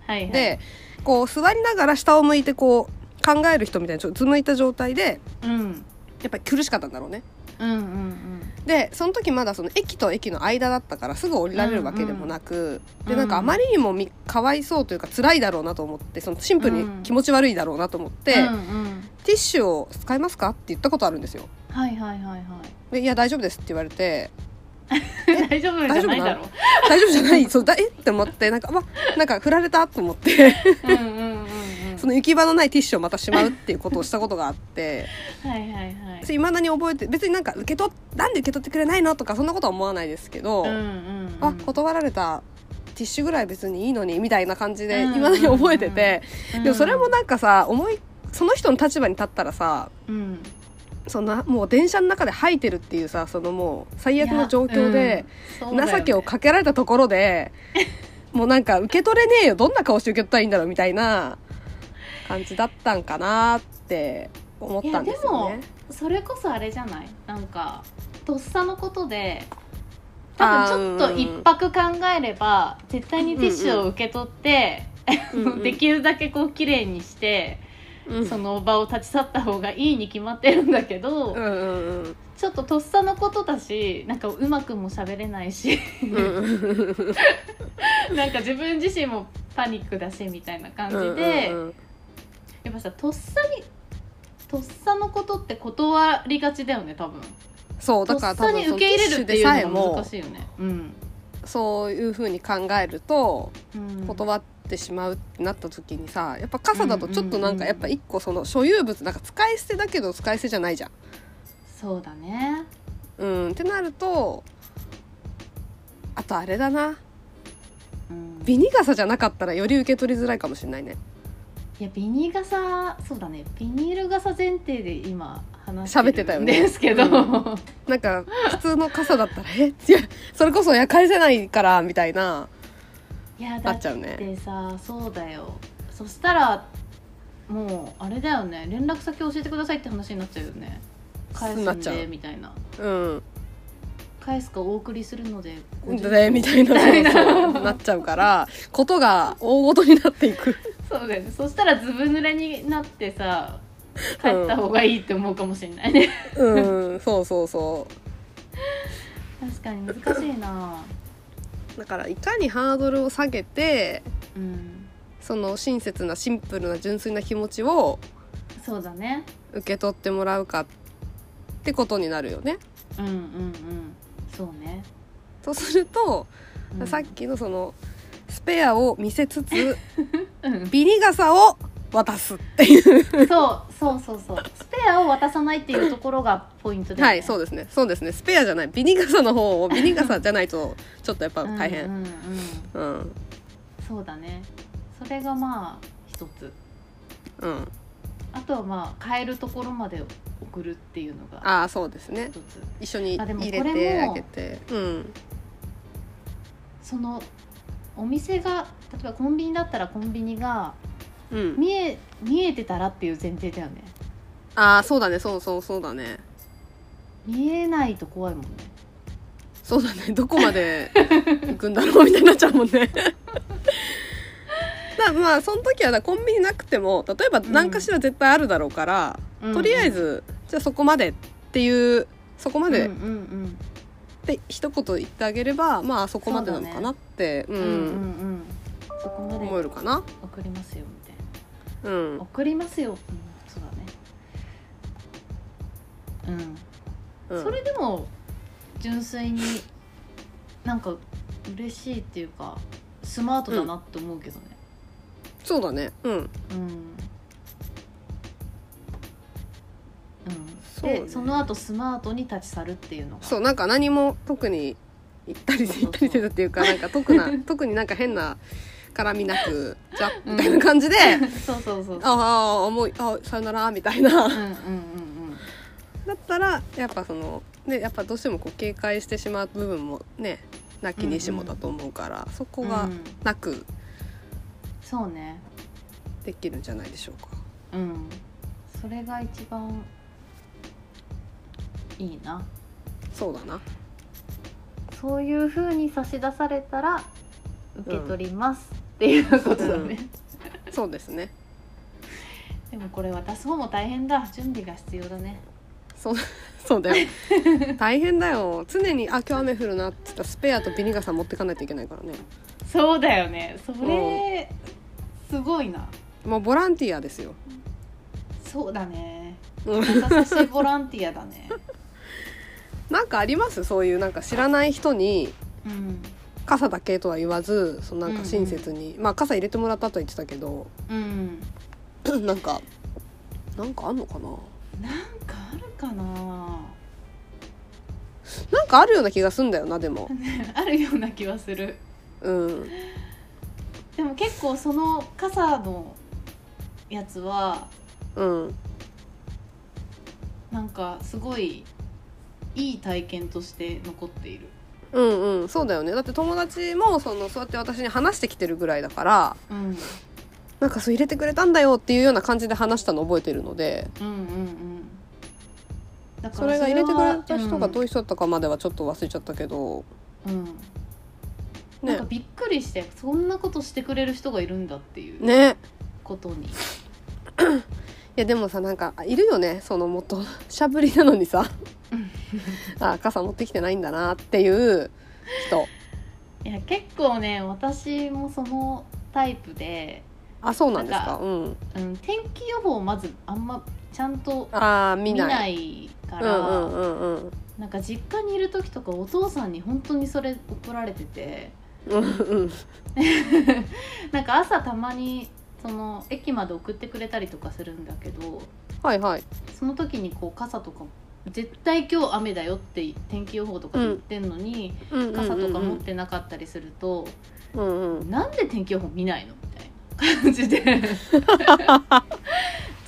はい、
でこう座りながら下を向いてこう考える人みたいなちょっとうつむいた状態で
うん、
やっぱり苦しかったんだろうね
うんうんうん
でその時まだその駅と駅の間だったからすぐ降りられるわけでもなく、
ん
でなんかあまりにもみかわいそうというか辛いだろうなと思ってそのシンプルに気持ち悪いだろうなと思って、
うんうん
ティッシュを使いますかって言ったことあるんですよ。
はいはいはいはい
でいや大丈夫ですって言われて
大丈夫じゃないだろ
大丈夫じゃないそうだえって思ってなんかまなんか振られたと思って
うんうんうんうん
その行き場のないティッシュをまたしまうっていうことをしたことがあって
はいはいはい
いまだに覚えて別になんか受け取っなんで受け取ってくれないのとかそんなことは思わないですけど、
うんうんうん
あ断られたティッシュぐらい別にいいのにみたいな感じで
うんうんうん
いまだに覚えてて、
うん
でもそれもなんかさ思いその人の立場に立ったらさ
うん
そんなもう電車の中で吐いてるっていうさそのもう最悪の状況で。、
いやうんそうだよね
情けをかけられたところでもうなんか受け取れねえよどんな顔して受け取ったらいいんだろうみたいな感じだったんかなって思ったんですよ
いや
ね
で。それこそあれじゃないなんかとっさのことで多分ちょっと一泊考えれば絶対にティッシュを受け取って、できるだけこう綺麗にして、
うん
その場を立ち去った方がいいに決まってるんだけど、
うんうん
ちょっととっさのことだしなんかうまくも喋れないし
うんうん
なんか自分自身もパニックだしみたいな感じで、
うん
やっぱさとっさにとっさのことって断りがちだよね多分。
そう
と
だ
っ
から
さ
多分
に
そ
受
の
け
ティッ
入れ
シュ
るってい
でさえ
うのが
も
難しいよね。うん
そういうふうに考えると
うん
断ってしまうってなった時にさやっぱ傘だとちょっとなんかやっぱ一個その所有物なんか使い捨てだけど使い捨てじゃないじゃん。
そうだね
うん、ってなるとあとあれだな
うん
ビニ傘じゃなかったらより受け取りづらいかもしれないね
いやビニール傘そうだねビニール傘前提で今話
喋ってたよね
ですけど、
うん なんか普通の傘だったらえいやそれこそいや返せないからみたいない
やだ
な
っ
っちゃうね
てさそうだよそしたらもうあれだよね連絡先教えてくださいって話になっちゃうよね返
な
す
っ
ん
ちゃ
で
う
みたいな
うん
返すかお送りするのでご自
でみたいな
みたいな
そうそうなっちゃうからことが大ごとになっていく
そうだよねそしたらずぶ濡れになってさ帰った方がいいって思うかもしれないね、
うんそうそうそ
確かに難しいな
うだからいかにハードルを下げて
うん
その親切なシンプルな純粋な気持ちを
そうだね
受け取ってもらうかってことになるよね
うんうんうんそうね、
とすると
うん
さっきのそのスペアを見せつ つ
うん
ビニ傘を渡すっていう、
そうそうそうそうスペアを渡さないっていうところがポイントだよね
はいそうですねそうですねスペアじゃないビニ傘の方をビニ傘じゃない とちょっとやっぱ大
う
変
んうんうん
うんうん、
そうだねそれがまあ一つあとはまあ変えるところまで送るっていうのが
ああそうですね
一つ
一緒に
あでも
入
こ
れ
れ
てあ
も
げてうん
そのお店が例えばコンビニだったらコンビニが
うん
見え見えてたらっていう前提だよね
ああそうだねそうそうそうだね
見えないと怖いもんね
そうだねどこまで行くんだろうみたいになっちゃうもんね だまあその時はだコンビニなくても例えば何かしら絶対あるだろうから、とりあえ
うん
ずじゃあそこまでっていうそこま
うん
で
う
っ
んうん
て一言言ってあげれば、まあそこまでなのかなってう、
うんうん
ん
うんそこま
思え
で
るかな、
送りますよみたいな
うん、
送りますよ、うん、そうだねうん、それでも純粋になんか嬉しいっていうかスマートだなって思うけどね
そうだねうん
うん、うん
そう
で
ね
その後スマートに立ち去るっていうのが
そうなんか何も特に行ったり
そう
行ったりしてたっていうかなんか特 な特になんか変な絡みなくじゃあ
うん
みたいな感じで、あ
そうそうそうそう
あもうあさよならみたいな
うんうんうんうん
だったらやっぱそのねやっぱどうしてもこう警戒してしまう部分もねなきにしもだと思うから、そこ
う
が
ん
なく
そうね
できるんじゃないでしょうか。
うんそれが一番いいな
そうだな
そういうふうに差し出されたら受け取ります、っていうことだね、
そうですね
でもこれ渡す方も大変だ準備が必要だね
そう そうだよ大変だよ常に「あ今日雨降るな」っつったらスペアとビニ傘持ってかないといけないからね
そうだよねそれすごいな
もうボランティアですよ
そうだね
うん
優しいボランティアだね
なんかありますそういうなんか知らない人に
うん
傘だけとは言わずそのなんか親切に、まあ傘入れてもらったとは言ってたけど
うん
なんかなんかあんのかな
なんかあるかな
なんかあるような気がすんだよなでも
あるような気はする
うん
でも結構その傘のやつは
うん
なんかすごいいい体験として残っている
うんうんそうだよねだって友達もそのそうやって私に話してきてるぐらいだから
うん
なんかそう入れてくれたんだよっていうような感じで話したの覚えてるので
うんうんうんだか
そ
ら
れが入れてくれた人がどう
う
いう人だったかまではちょっと忘れちゃったけど、
ん、うんなん
ね
かびっくりしてそんなことしてくれる人がいるんだっていう
ね
ことに、
いやでもさなんかいるよねそのもっと しゃぶりなのにさ
うん
あ傘持ってきてないんだなっていう人
いや結構ね私もそのタイプで、
あそうなんですか
なんか
うん
うん、天気予報をまずあんまちゃんと
あー見
見
ない
ないか
う
ら
んうんうんうん
なんか実家にいる時とかお父さんに本当にそれ怒られてて
うんうん
なんか朝たまにその駅まで送ってくれたりとかするんだけど
はいはい
その時にこう傘とか絶対今日雨だよって天気予報とかで言ってんのに、傘
傘
とか持ってなかったりすると、
うんうんうん
なんで天気予報見ないのみたいな感 じで絶対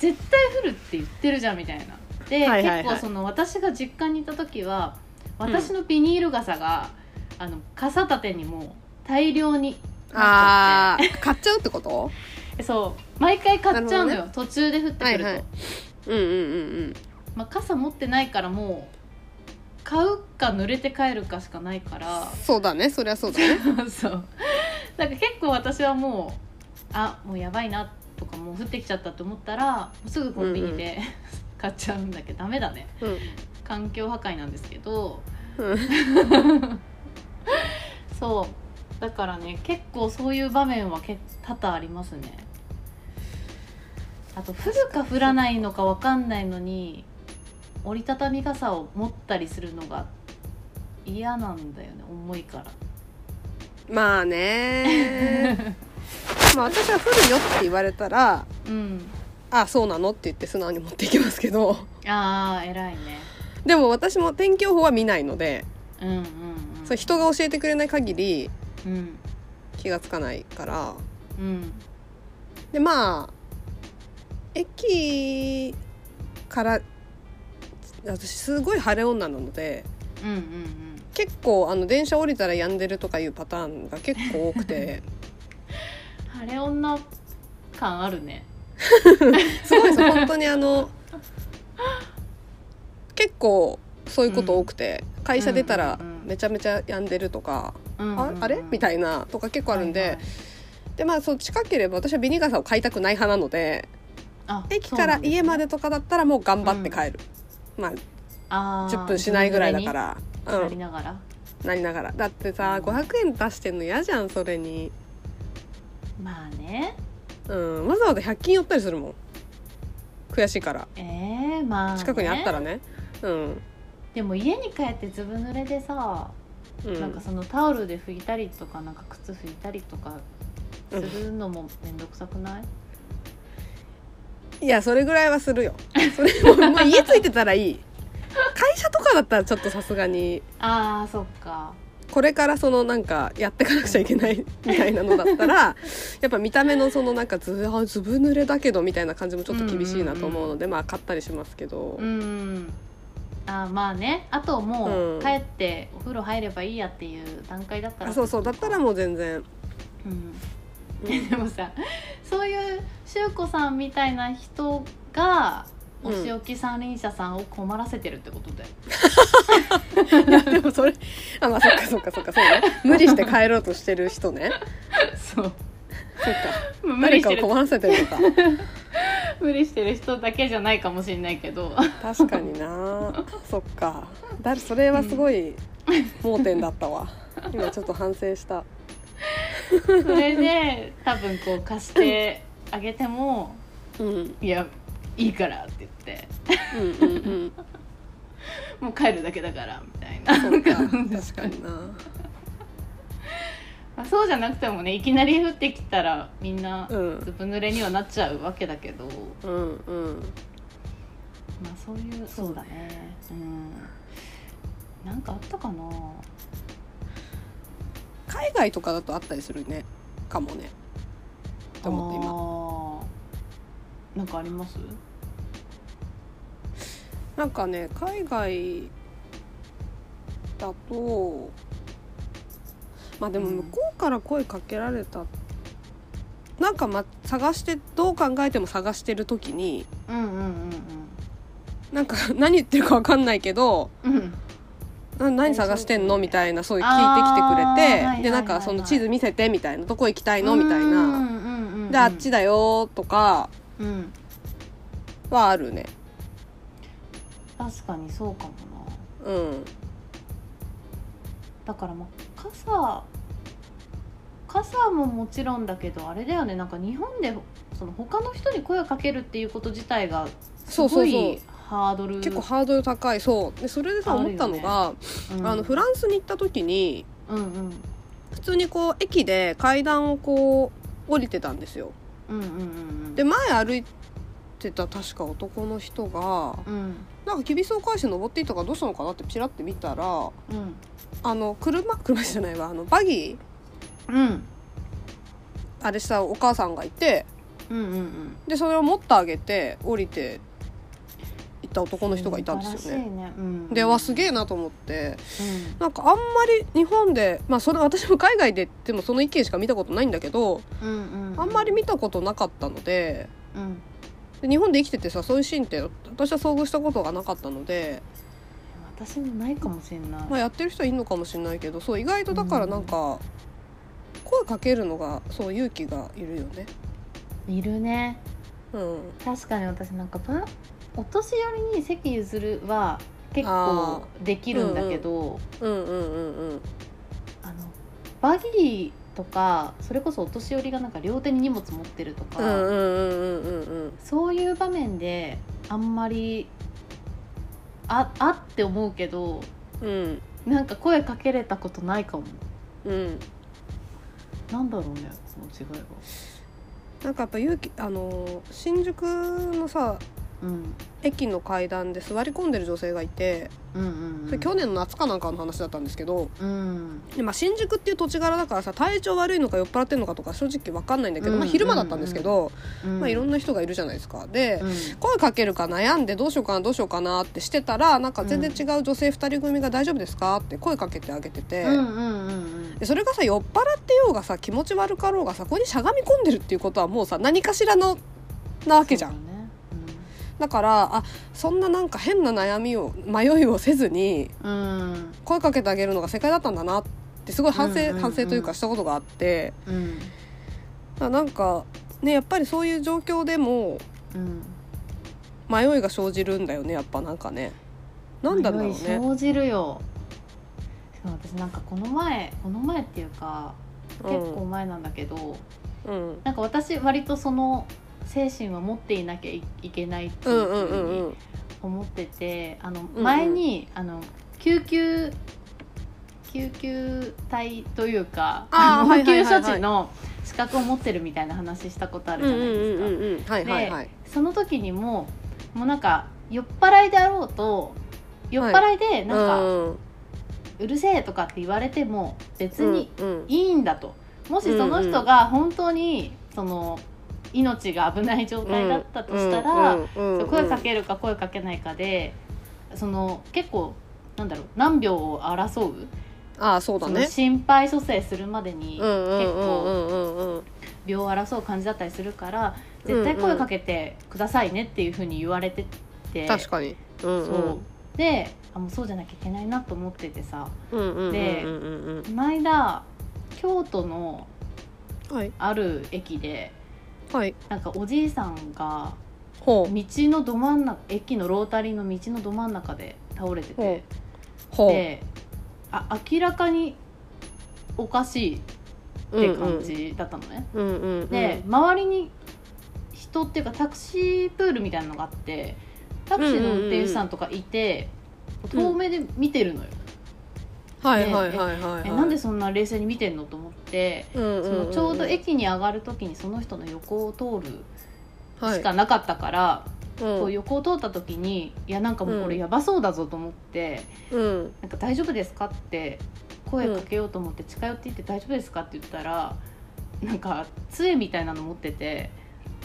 降るって言ってるじゃんみたいな。で、
はいはいはい
結構その私が実家にいた時は私のビニール傘が、あの傘立てにもう大量に
あ
なっちゃ
ー買っちゃうって こと
ってそう毎回買っちゃうの
なる
よ、途中で降ってくると、
はいはいうんうんうん
まあ、傘持ってないからもう買うか濡れて帰るかしかないか
うん
ら
そうだねそりゃそうだね
そうなんか結構私はもうあもうやばいなとかもう降ってきちゃったと思ったらもうすぐコンビニで 買っちゃうんだけどダメだね
うん
環境破壊なんですけど
うん
そうだからね結構そういう場面はけ多々ありますねあと降るか降らないのか分かんないのに折りたたみ傘を持ったりするのが嫌なんだよね重いから
まあねまあ私は降るよって言われたら
うん
あそうなのって言って素直に持っていきますけど
ああ偉いね
でも私も天気予報は見ないので、
うんうんうん
そう人が教えてくれない限り
うん
気がつかないから
うん
でまあ駅から私すごい晴れ女なので
うんうんうん
結構あの電車降りたら止んでるとかいうパターンが結構多くて
晴れ女感あるね
すごいです本当にあの結構そういうこと多くて、会社出たら
うんうんうん
めちゃめちゃ止んでるとか、
うんうんうん
ああれみたいなとか結構あるんで、
はいはい
でまあそう近ければ私はビニ傘を買いたくない派なので
あ
駅から家ま
で
でとかだったらもう頑張って帰る、まあ10
10
分しないぐらいだからう
やり
ん
ながら
なりながらだってさ
うん
500円出してんの嫌じゃんそれに、
まあね
うん、わざわざ100均寄ったりするもん悔しいから
えー、まあ、ね、
近くにあったらねうん、
でも家に帰ってずぶ濡れでさ、
うん、
なんかそのタオルで拭いたりとかなんか靴拭いたりとかするのも面倒くさくない、
いやそれぐらいはするよそれももう家ついてたらいい会社とかだったらちょっとさすがに
ああそっか
これからそのなんかやってかなくちゃいけないみたいなのだったらやっぱ見た目のそのなんかずあずぶ濡れだけどみたいな感じもちょっと厳しいなと思うので、まあ買ったりしますけど、
うんあーまあねあとも
うん
う帰ってお風呂入ればいいやっていう段階だったら
あそうそうだったらもう全然
うんでもさそういうしゅうこさんみたいな人がお仕置き三輪車さんを困らせてるってことだよ、
いやでもそれあまあそっかそっかそっかそうね無理して帰ろうとしてる人ね
そう
そっか
無理
誰
し
か
て
を
る
困らせてるとか
無理してる人だけじゃないかもしれない けど
確かに なそっかだそれはすごい盲点だったわ、今ちょっと反省した
それで多分こう貸してあげても
うんうん
「いやいいから」って言って
うんうん
「もう帰るだけだから」みたいな
そうか確かにな
まあそうじゃなくてもねいきなり降ってきたらみんな
うん
ずぶ濡れにはなっちゃうわけだけど、
うんうん
まあそういうそうだねうんなんかあったかな
海外とかだとあったりするねかもねと思って今
あーなんかあります
なんかね海外だとまあでも
うん
向こうから声かけられた、なんか、ま、探してどう考えても探してる時に
うんうん
なんか 何言ってるか分かんないけど
うんうんうん
な何探してんのみたいなそういう聞いてきてくれて、
あーはい
でなん
はいは
か
いはい
その地図見せてみたいなどこ行きたいのみたい
うん
な、
うんうんうん
であっちだよとか
うん
はあるね
確かにそうかもな
うん
だからまあ傘傘ももちろんだけどあれだよねなんか日本でその他の人に声をかけるっていうこと自体がす
そうそ
ご
うそう
いハードル
結構ハードル高いそうでそれでさ
あるよ
思っ
ね
たのが、
うん
あのフランスに行った時に
うんうん
普通にこう駅で階段をこう降りてたんですよ
うんうんうん
で前歩いてた確か男の人が
うん
なんか厳しそう返して登っていったからどうしたのかなってチラって見たら
うん
あの車車じゃないわあのバギー
うん
あれしたお母さんがいて
うんうんうん
でそれを持ってあげて降りて行った男の人がいたんですよ
素晴らし
ね
いね、うん、
でわすげ
え、
えなと思ってなんかあんまり日本でまあそれ私も海外ででもその意見しか見たことないんだけど
うん、うんうん
あんまり見たことなかったので
うん
で日本で生きててさそういうシーンって私は遭遇したことがなかったので、
私もないかもしれない、
まあ、やってる人はいるのかもしれないけどそう意外とだからなんか、声かけるのがそう勇気がいるよね。
いるね
うん、
確かに私なんかばお年寄りに席譲るは結
あ
構できるんだけど
うんうんうんうん
あ,、のバギーとかそれこそお年寄りがなんか両手に荷物持ってると
うんう
か、
んうんうんうん
そういう場面であんまりああって思うけど
うん
なんか声かけれたことないかも
うん
なんだろうねその違いが
なんかやっぱ勇気あのー新宿のさ
うん
駅の階段で座り込んでる女性がいて
うんうん
そ
うん
れ去年の夏かなんかの話だったんですけど、
うん
でまあ、新宿っていう土地柄だからさ体調悪いのか酔っ払ってるのかとか正直わかんないんだけど、ま
う
あ、
ん
昼間だったんですけど、
うん
まあ、いろんな人がいるじゃないですか。で、
うん
声かけるか悩んでどうしようかなどうしようかなってしてたらなんか全然違う女性2人組が「大丈夫ですか?」って声かけてあげてて、
うんうんうん
でそれがさ酔っ払ってようがさ気持ち悪かろうがさここにしゃがみ込んでるっていうことはもうさ何かしらのなわけじゃん
そうだね
だからあそんななんか変な悩みを迷いをせずに
うんうん
声かけてあげるのが正解だったんだなってすごい反省、
うんうんうん
反省というかしたことがあって
うん
あなんかねやっぱりそういう状況でも
うん
迷いが生じるんだよねやっぱなんかねなんだろう
迷い
ね
生じるよしかも私なんかこの前この前っていうか
う
結
ん
構前なんだけど、
うん
なんか私割とその精神は持っていなきゃいいけないって
う
い
んう
う
んう
ふうに
んうん
思っててあの
うん
前に、あの救急救急隊というか
あー
あの
はい
応
はいはい
急
は
処
い
置の資格を持ってるみたいな話したことあ
う
る
ん
じ
う
ゃな
んうんう
いですか。
んはいはいはい
その時にももうなんか酔っ払いであろうと酔っ払いでなんか、
うん
うるせえとかって言われても別に
うん
いいんだと、もしその人が本当にその命が危ない状態だったとしたら、
うんうんうん
声かけるか声かけないかでその結構なんだろう何秒を争う
ああそうだ
その
ね
心肺蘇生するまでに
うんうんうん
結構
うんうんうん
秒を争う感じだったりするから絶対声かけてくださいねっていうふうに言われてて。
確かにうんうん
そうであもうそうじゃなきゃいけないなと思っててさ
うんうんうん
で
うんうん
この間京都の
うんはい
ある駅で
はい
なんかおじいさんが
ほう
道のど真ん中駅のロータリーの道のど真ん中で倒れて
ほ
て
ほう
であ明らかにおかしいって感じだったのね、
うんうんうん
で周りに人っていうかタクシープールみたいなのがあってタクシーの運転手さんとかい
う
て、
んうんうん
遠目で見てるのよ、
はいはいはいはい、はい、
えなんでそんな冷静に見てんのと思って、
うんうん
そ
うんうん
のちょうど駅に上がる時にその人の横を通るしかなかったから、
はい
こう横を通った時にいやなんかもうこれやばそうだぞと思って、
うん
なんか大丈夫ですかって声かけようと思って近寄っていって大丈夫ですかって言ったらなんか杖みたいなの持ってて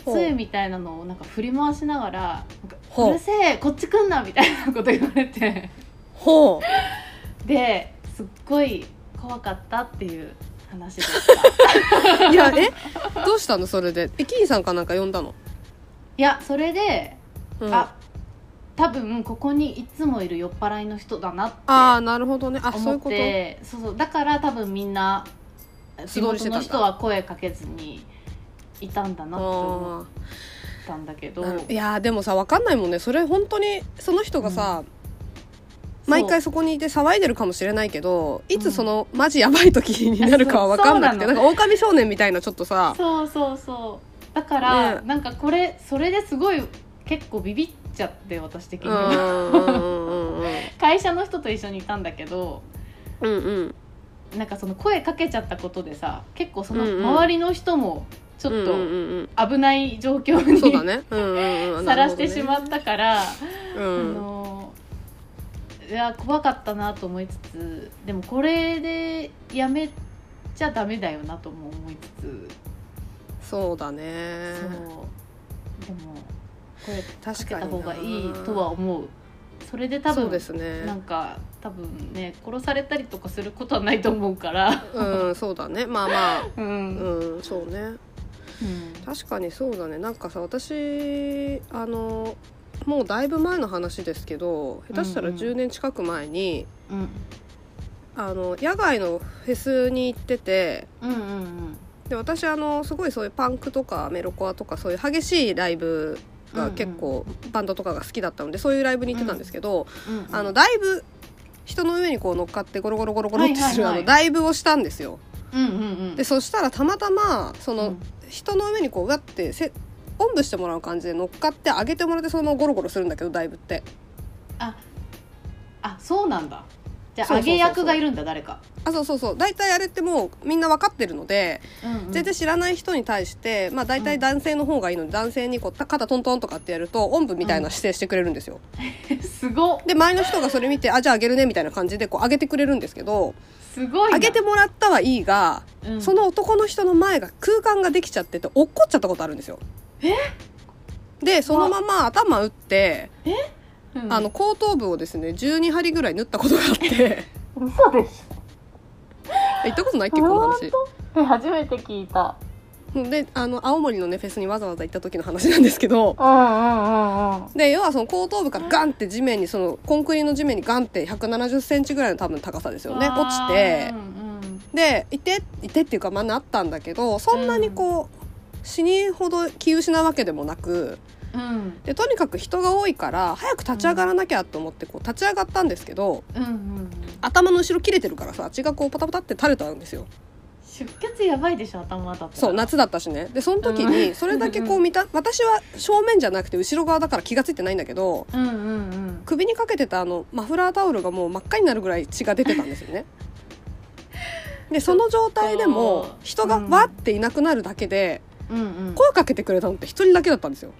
ほう
杖みたいなのをなんか振り回しながら「なんか
ほう
うるせえこっち来んな」みたいなこと言われ て
ほ う
ですっごい怖かったっていう話で したい
いやえどうしたのそれで駅員さんかなんか呼んだの、
やそれで、
うん、
あ多分ここにいつもいる酔っ払いの人だなって
あーなるほどねあそうい
思
う
っ
こと
てそうそうだから多分みんな地
素通りして
元
たんだ
の人は声かけずにいたんだなって思
あ
ったんだけ
ー
ど
なるいやーでもさわかんないもんねそれ本当にその人がさ、毎回そこにいて騒いでるかもしれないけどいつその、マジやばい時になるかはわかんなくて
そう
な
そうんな
か狼少年みたいなちょっとさ
そうそうそうだから、
ね
なんかこれそれですごい結構ビビっちゃって私的に
うんう
は、
んうんうん
会社の人と一緒にいたんだけど
うんうん
なんかその声かけちゃったことでさ結構その
うんうん
周りの人もちょっ
うんう
と
ん
危ない状況
うん
に
そうだねうんうん うん
さらしてしまったから。
う
あ
ん
のいや怖かったなと思いつつでもこれでやめちゃダメだよなとも思いつつ、
そうだね
そうでも声かけ
確かにな
た方がいいとは思うそれで多
そう
分、
ですね
なんか多分ね殺されたりとかすることはないと思うから
うんそうだねまあま あ
うん、うん
うんそうね確かにそうだねなんかさ私あのもうだいぶ前の話ですけど下手したら
うんうん
10年近く前に、
うん
あの野外のフェスに行ってて
うんうん
で私あのすごいそういうパンクとかメロコアとかそういう激しいライブが結構、バンドとかが好きだったのでそういうライブに行ってたんですけど、
うんうん
あのだいぶ人の上にこう乗っかってゴロゴロゴロゴロってする、
は
あ
いはいはい
のライブをしたんですよ。
うんうんうん
でそしたらたまたまその、
うん
人の上にこううわってせおんぶしてもらう感じで乗っかって上げてもらってそのままゴロゴロするんだけどだいぶって
あそうなんだじゃ
そうそう
あ
そうそう
揚げ役がいるんだ誰か、
あそうそうそう大体あれってもうみんな分かってるので、
うんうん
全然知らない人に対して、まあ、大体男性の方がいいので男性にこうた肩トントンとかってやるとおんぶみたいな姿勢してくれるんですよ、
すごっ
で周りの人がそれ見て「あじゃあ上げるね」みたいな感じでこう上げてくれるんですけど
すごいな
上げて、もらったはいいが、
うん
その男の人の前が空間ができちゃってて落っこっちゃったことあるんですよでそのまま頭打って
うん
あの後頭部をですね12針ぐらい縫ったことがあって
嘘でし
行ったことないっけこの話
ょ初めて聞いた
であの青森のねフェスにわざわざ行った時の話なんですけど
うんうんうんうん
で要はその後頭部からガンって地面にそのコンクリの地面にガンって1 7 0ンチぐらいの多分高さですよね落ちて
うん
でいていてっていうかまあなったんだけどそんなにこう、死にほど気失うわけでもなく
うん
でとにかく人が多いから早く立ち上がらなきゃと思ってこう立ち上がったんですけど
うんうん
頭の後ろ切れてるからさ血がこうパタパタって垂れたんですよ。
出血やばいでしょ頭だったら
そう夏だったしねでその時
う
に
ん
それだけこう見 た私は正面じゃなくて後ろ側だから気が付いてないんだけど
うんうんうん
首にかけてたあのマフラータオルがもう真っ赤になるぐらい血が出てたんです よねでその状態でも人がわっていなくなるだけで
うんうん
声かけてくれたのって一人だけだったん ですよ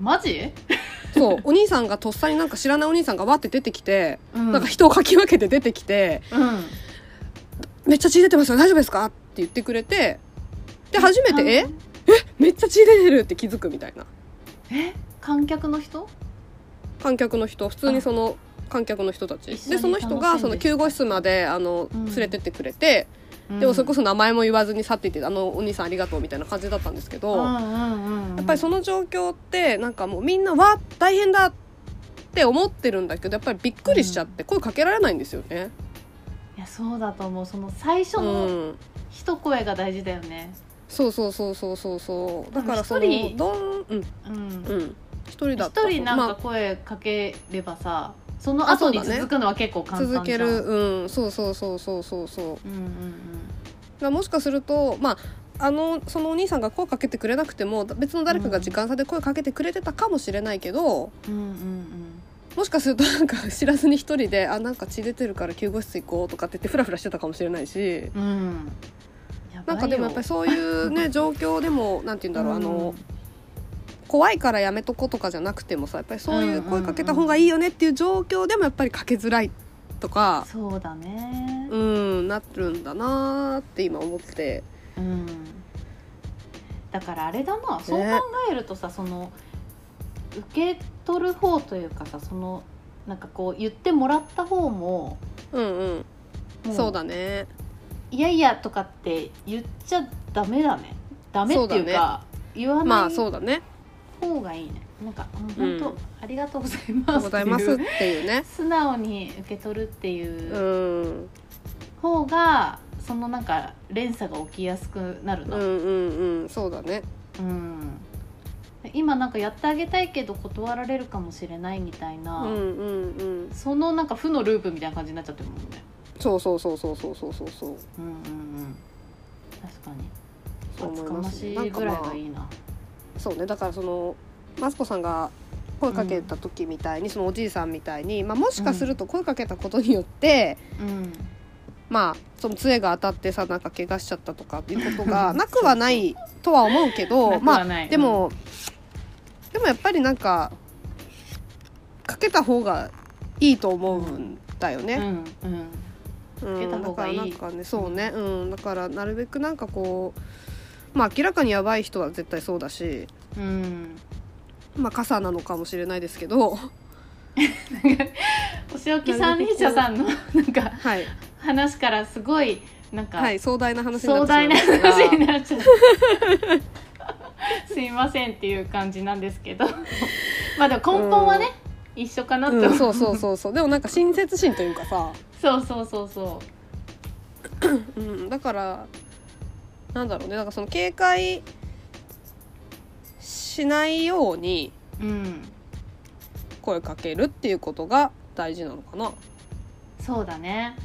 マジ
そうお兄さんがとっさになんか知らないお兄さんがわって出てきて
うん
なんか人をかき分けて出てきて
うん
「めっちゃ血出てますよ大丈夫ですか?」って言ってくれてで初めて「え
観
めっちゃ血出てる!」って気づくみたいな
え観客の人
観客の人普通にその観客の人たち
一緒に
でその人が
楽しんで
その救護室まであの
うん
連れてってくれて、でもそれこ
そ
そ名前も言わずに去っていって「あのお兄さんありがとう」みたいな感じだったんですけど、
うん
や
うんうんうん
っぱりその状況ってなんかもうみんな「わあ大変だ!」って思ってるんだけどやっぱりびっくりしちゃって声かけられないんですよね。
いやそうだと思うその最初
う
の
ん
一声が大事だよね
そうそうそうそうそうそうだからその
でも一人
どんうん
うん
うん一人だった
一人なん
ま
か声かければさその後に
あそうだね
続くのは結構
あ
簡単じゃん
続けるうんそうそうそうそうそうそう
うんうん
がもしかするとまああのそのお兄さんが声かけてくれなくても別の誰かが時間差で声かけてくれてたかもしれないけど、
うんうんうん
もしかするとなんか知らずに一人で「あなんか血出てるから救護室行こう」とかって言ってフラフラしてたかもしれないし
うんうんやば
ない
よ
んかでもやっぱりそういう ね状況でもなんて言うんだろう、あ
うん
の怖いからやめとこうとかじゃなくてもさやっぱりそういう声かけた方がいいよねっていう状況でもやっぱりかけづらいとか、
そうだね
うん、なるんだなーって今思って。
うんだからあれだな、そう考えるとさその受け取る方というかさそのなんかこう言ってもらった方も
うんうん、
も
そうだね
いやいやとかって言っちゃダメだねダメっていう
そう
か
だ
言わ
ま
な
あ
い
そうだね
方がいいねなんかもう
う
本
ん
当、ありがとうござい
ありが
ま
とうご
すって
ざい
い
ますっ
う
ていうね。、
素直に受け取るっていううん方が、そのなんか連鎖が起きやすくなる
うんう
な、
んうんそうだね。
うん今なんかやってあげたいけど断られるかもしれないみたい
うん
な、
うんうん
そのなんか負のループみたいな感じになっちゃってるもんね
そうそうそうそうそうそうそうそう
うんうんうん確かに
そう思
厚
い
かま
ます
し
ね。
いぐらい
なんか
が
ま
いいな、
あそうねだからそのマスコさんが声かけた時みたいに、そのおじいさんみたいに、まあ、もしかすると声かけたことによって、
うん
まあその杖が当たってさなんか怪我しちゃったとかっていうことがなくはないとは思うけ
な
ど
くは
まあ
ない
でも、でもやっぱりなんかかけた方がいいと思うんだよね。
うんうん
うん
けた方がいい
だからなんかねそうね、うん、だからなるべくなんかこうまあ明らかにやばい人は絶対そうだし、
うん
まあ、傘なのかもしれないですけ ど
お仕置き三輪車さんの なんか
はい、
話からすごいなんか、
はい、壮大な話にな
壮
ってしま
大
い
な
ましたが
話になっちゃったすいませんっていう感じなんです けどまあでも根本はね、一緒かなって思う、
うん、そうそうそうそうでもなんか親切心というかさ、
そうそうそうそ
うん、だからなんだろうねなんかその警戒しないように
ううん
声かけるっていうことが大事なのかな。
そうだね、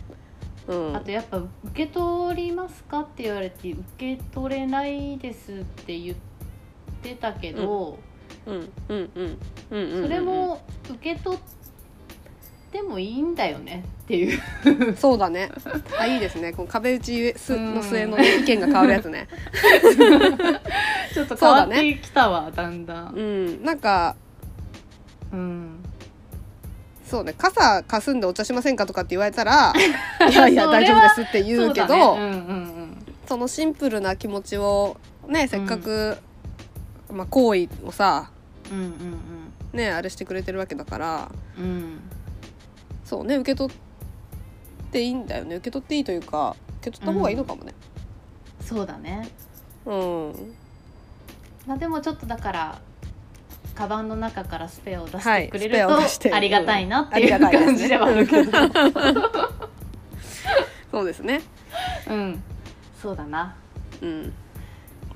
うん、
あとやっぱ受け取りますかって言われて受け取れないですって言ってたけど、
うんうんうんうんうんうん
それも受け取ってもいいんだよねっていう
そうだね。あ、いいですね。この壁打ちす
うん
の末の意見が変わるやつ ね。
ちょっと変わってきたわだ,、んだん
うん、なんか。
うん
そうね、傘かすんでお茶しませんかとかって言われた らいやいや
それは
大丈夫ですって言うけどそ
だねうんうん
のシンプルな気持ちをねせっかく、まあ、行為をさ
うんうん
ねあれしてくれてるわけだから
うんうん
そうね受け取っていいんだよね受け取っていいというか受け取った方がいいのかもね
そうだね
うん、
まあでもちょっとだからカバンの中からスペアを出し
は
て
い
くれ
スペ
る
ア
と、
を出して
ありがたいなって
あり
いう
がたいですね
感じではあるけど
そうですね
うんそうだな
うん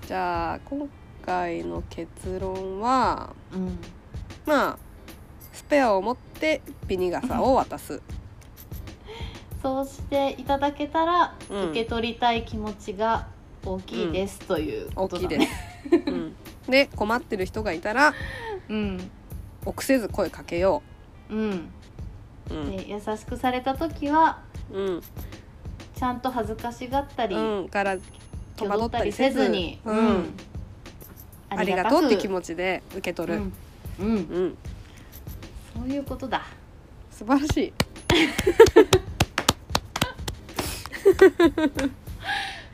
じゃあ今回の結論は
うん
まあスペアを持ってビニ傘を渡す、
そうしていただけたら、
うん
受け取りたい気持ちが大きいです、というこ
大
と
きい
だ、ね、
です、 うん、で困ってる人がいたら
うん
臆せず声かけよ
うん
う、うん
で優しくされた時は
うん
ちゃんと恥ずかしがったり、
うん、から戸
戸惑
惑
っ
ったた
り
り
せ
せ
ず
ず
に、
うんありがとうって気持ちで受け取る、
うん、うん
うん
そういうことだ
素晴らしい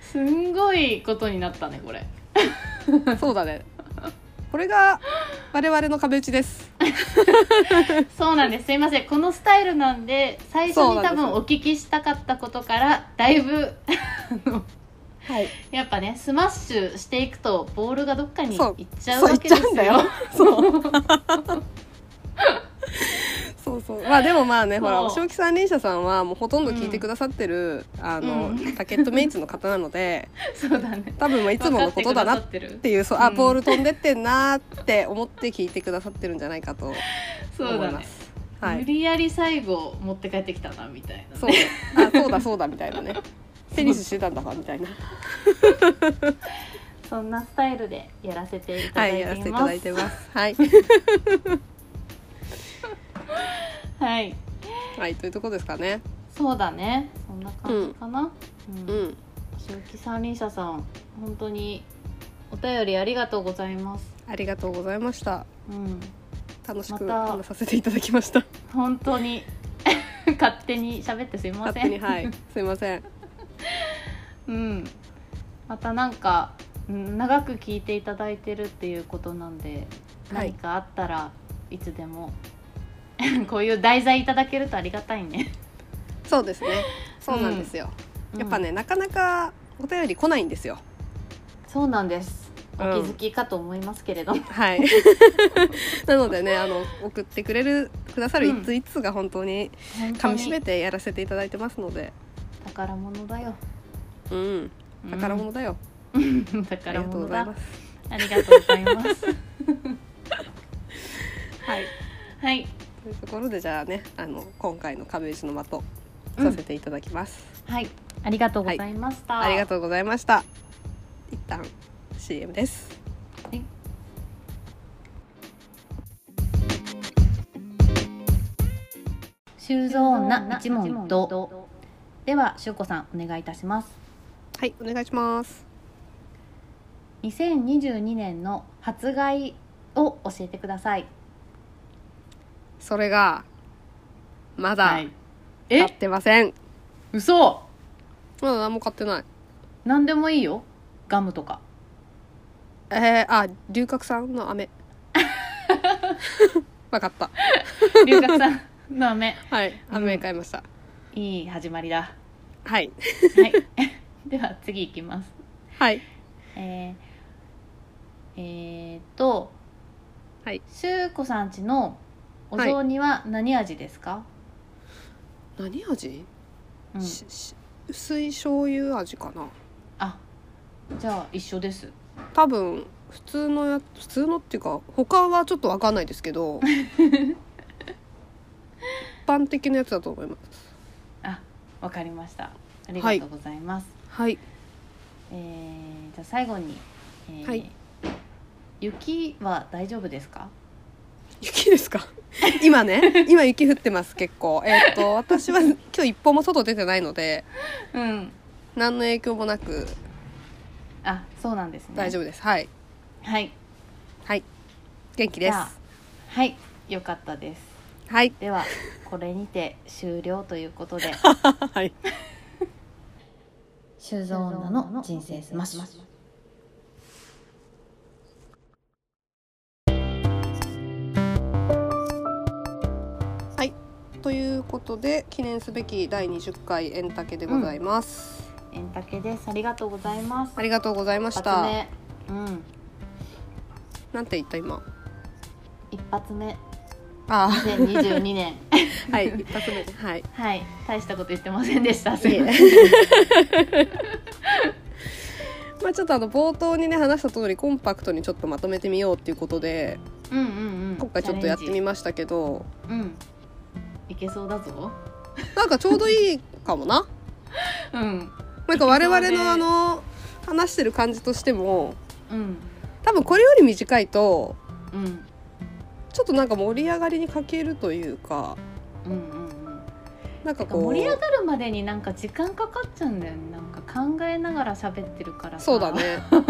すんごいことになったねこれ
そうだねこれが我々の壁打ちです
そうなんですすいませんこのスタイルなんで最初
そう
に
な
多
んです
分お聞きしたかったことからだいぶ
はい
やっぱねスマッシュしていくとボールがどっかに
そ
行
う
っちゃうわけです
そう行っちゃうんだよ
そう
そうそうまあでもまあね
そ
ほ
う
らお正気三輪車さんはもうほとんど聞いてくださってる、あの、
うん
タケットメイツの方なので
そうだね
多分まあいつものことだな
分
っ
かってくださってる
ていうそうあ
うん
ボール飛んでってんなーって思って聞いてくださってるんじゃないかと
そう
思い
だ
ま
ね
す。は
無
い
理やり最後持って帰ってきたなみたいな
そうあそうだそうだみたいなね テニスしてたんだわみたいな
そんなスタイルでやらせていた
は
だ
いや
い
らせ
て
て
い
い
ます。
た
は
だ
い
い、てますはい、はい、というとこですかね
そうだね。そんな感じかな。うん。
う
うん
ん
正気三輪車さん、本当にお便りありがとうございます。
ありがとうございました
うん。
楽しく
また
話させていただきました
本当に 勝手に喋ってすいませ
勝手に
ん。
はいすいません
うん。またなんか、うん、長く聞いていただいてるっていうことなんで、
はい
何かあったらいつでも こういう題材いただけるとありがたいね。
そうですねそうなんですよ、やっぱねなかなかお便り来ないんですよ
そうなんです。お気
うん
づきかと思いますけれど、
はいなのでねあの送ってくれるくださる
うん
一通一通が本当に噛みしめてやらせていただいてますので
宝物だよ。
うん宝物だよ、
うん。
あり
宝
がとうご
物
ざい
だ
ま。す
ありがとうござい ます。
はい
はい。
というところでじゃあねあの今回の壁打ちの的させていただきます、
はい。ありがとうございました。
ありがとうございました一旦 CM です
はい修造女一問一答。では、しゅうこさん、お願いいたします。
はいお願いします
2022年の発害を教えてください。
それがまだ
い。
買っ、てません、
嘘。
まだ何も買ってない
なんでもいいよ。ガムと か。
えー、あ龍角散の 飴わかった
龍角さん。ダメ。
はい飴買いました、
いい始まり だ。
はい
はい。 では、次いきます。
はい
えー、えーっと、
はい
しゅうこさんちのお雑煮は何味ですか、
何味、
うん、
しし薄い醤油味かな
あじゃあ一緒です
多分普通のや普通のっていうか他はちょっとわかんないですけ ど一般的なやつだと思います
あわかりましたありがとうございます、
はい
えーじゃあ最後に、えー
はい
雪は大丈夫ですか
雪ですか 今ね今雪降ってます結構えっ、と私は今日一歩も外出てないので
うん
何の影響もなく
あそうなんですね
大丈
夫
夫です、はい
はい
はい元気で
じ
す
ゃあはいよかったです
はい
ではこれにて終了ということで
はい
修造女の人生スマッシュ
ということで記念すべき第20回円竹でございます、
エンタケですありがとうございます
ありがとうございまし
一
た
発目うん
なんて言った今
一発目
あー
2022年
はい一発目はい
はい大したこと言ってませんでしたす
い
い
え
ません
まあちょっとあの冒頭にね話した通りコンパクトにちょっとまとめてみようっていうことで
うんうんうん
今回ちょっとやってみ
ま
ましたけど
うんいけそうだぞ
なんかちょうどいいかもな
うん
なんか我々
いけそうね
のあの話してる感じとしても
うん
多分これより短いと
うん
ちょっとなんか盛り上がりに欠けるというか
うんうんうん
なんかこう
盛り上がるまでになんか時間かかっちゃうんだよねなんか考えながら喋ってるからさ
そう だね、うん、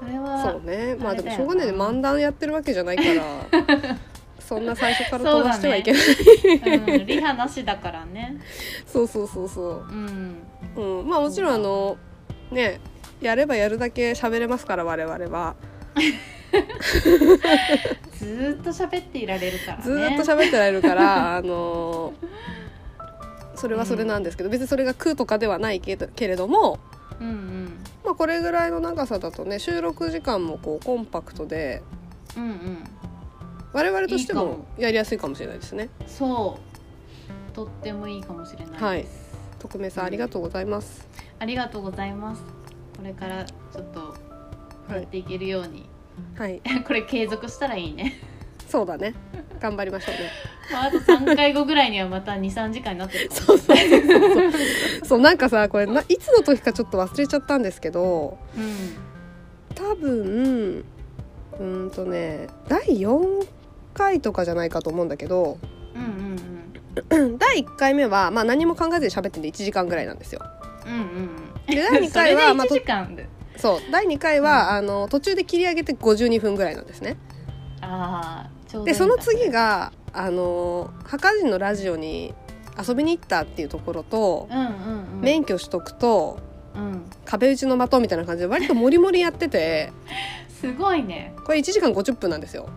それは
そうねまあでもしょうがないね
あれだよな
漫談やってるわけじゃないから そんな最初から飛ばしてはいけない
うん、リハなしだからね
そうそうそうそ
うん
う、うん、まあもちろんあのねやればやるだけ喋れますから我々は
ずーっと喋っていられるからね
ずーっと喋ってられる から、あのそれはそれなんですけど、別にそれが空とかではないけどけれども、
うんうん
まあ、これぐらいの長さだとね収録時間もこうコンパクトで
うんうん
我々として
いいか
も
も
やりやすいかもしれないですね
そうとってもいいかもしれないです、
匿名さんありがとうございます
ありがとうございますこれからちょっと
は
や
い
っていけるよう に、
はい
これ継続したらいいね
そうだね頑張りましょうね
もうあと3回後ぐらいにはまた23時間になってるかも
そうそうそうそうそうなんかさこれないつの時かちょっと忘れちゃったんですけど
うん
多分うーんとね第4回とかじゃないかと思うんだけど
うんうん
うん第1回目は、まあ、何も考えずに喋ってて1時間ぐらいなんですよ。
うんうんうん
で
う
第
ん
2
それ
回
で
は、まあ、
1
と
時間で、
そう第2回は、あの途中で切り上げて52分ぐらいなんですね。
ああちょうど
で
いい
その次があの墓人のラジオに遊びに行ったっていうところと
うんうんうん
免許取得と
うん
壁打ちの的みたいな感じで割とモリモリやってて
すごいね
これ1時間50分なんですよ。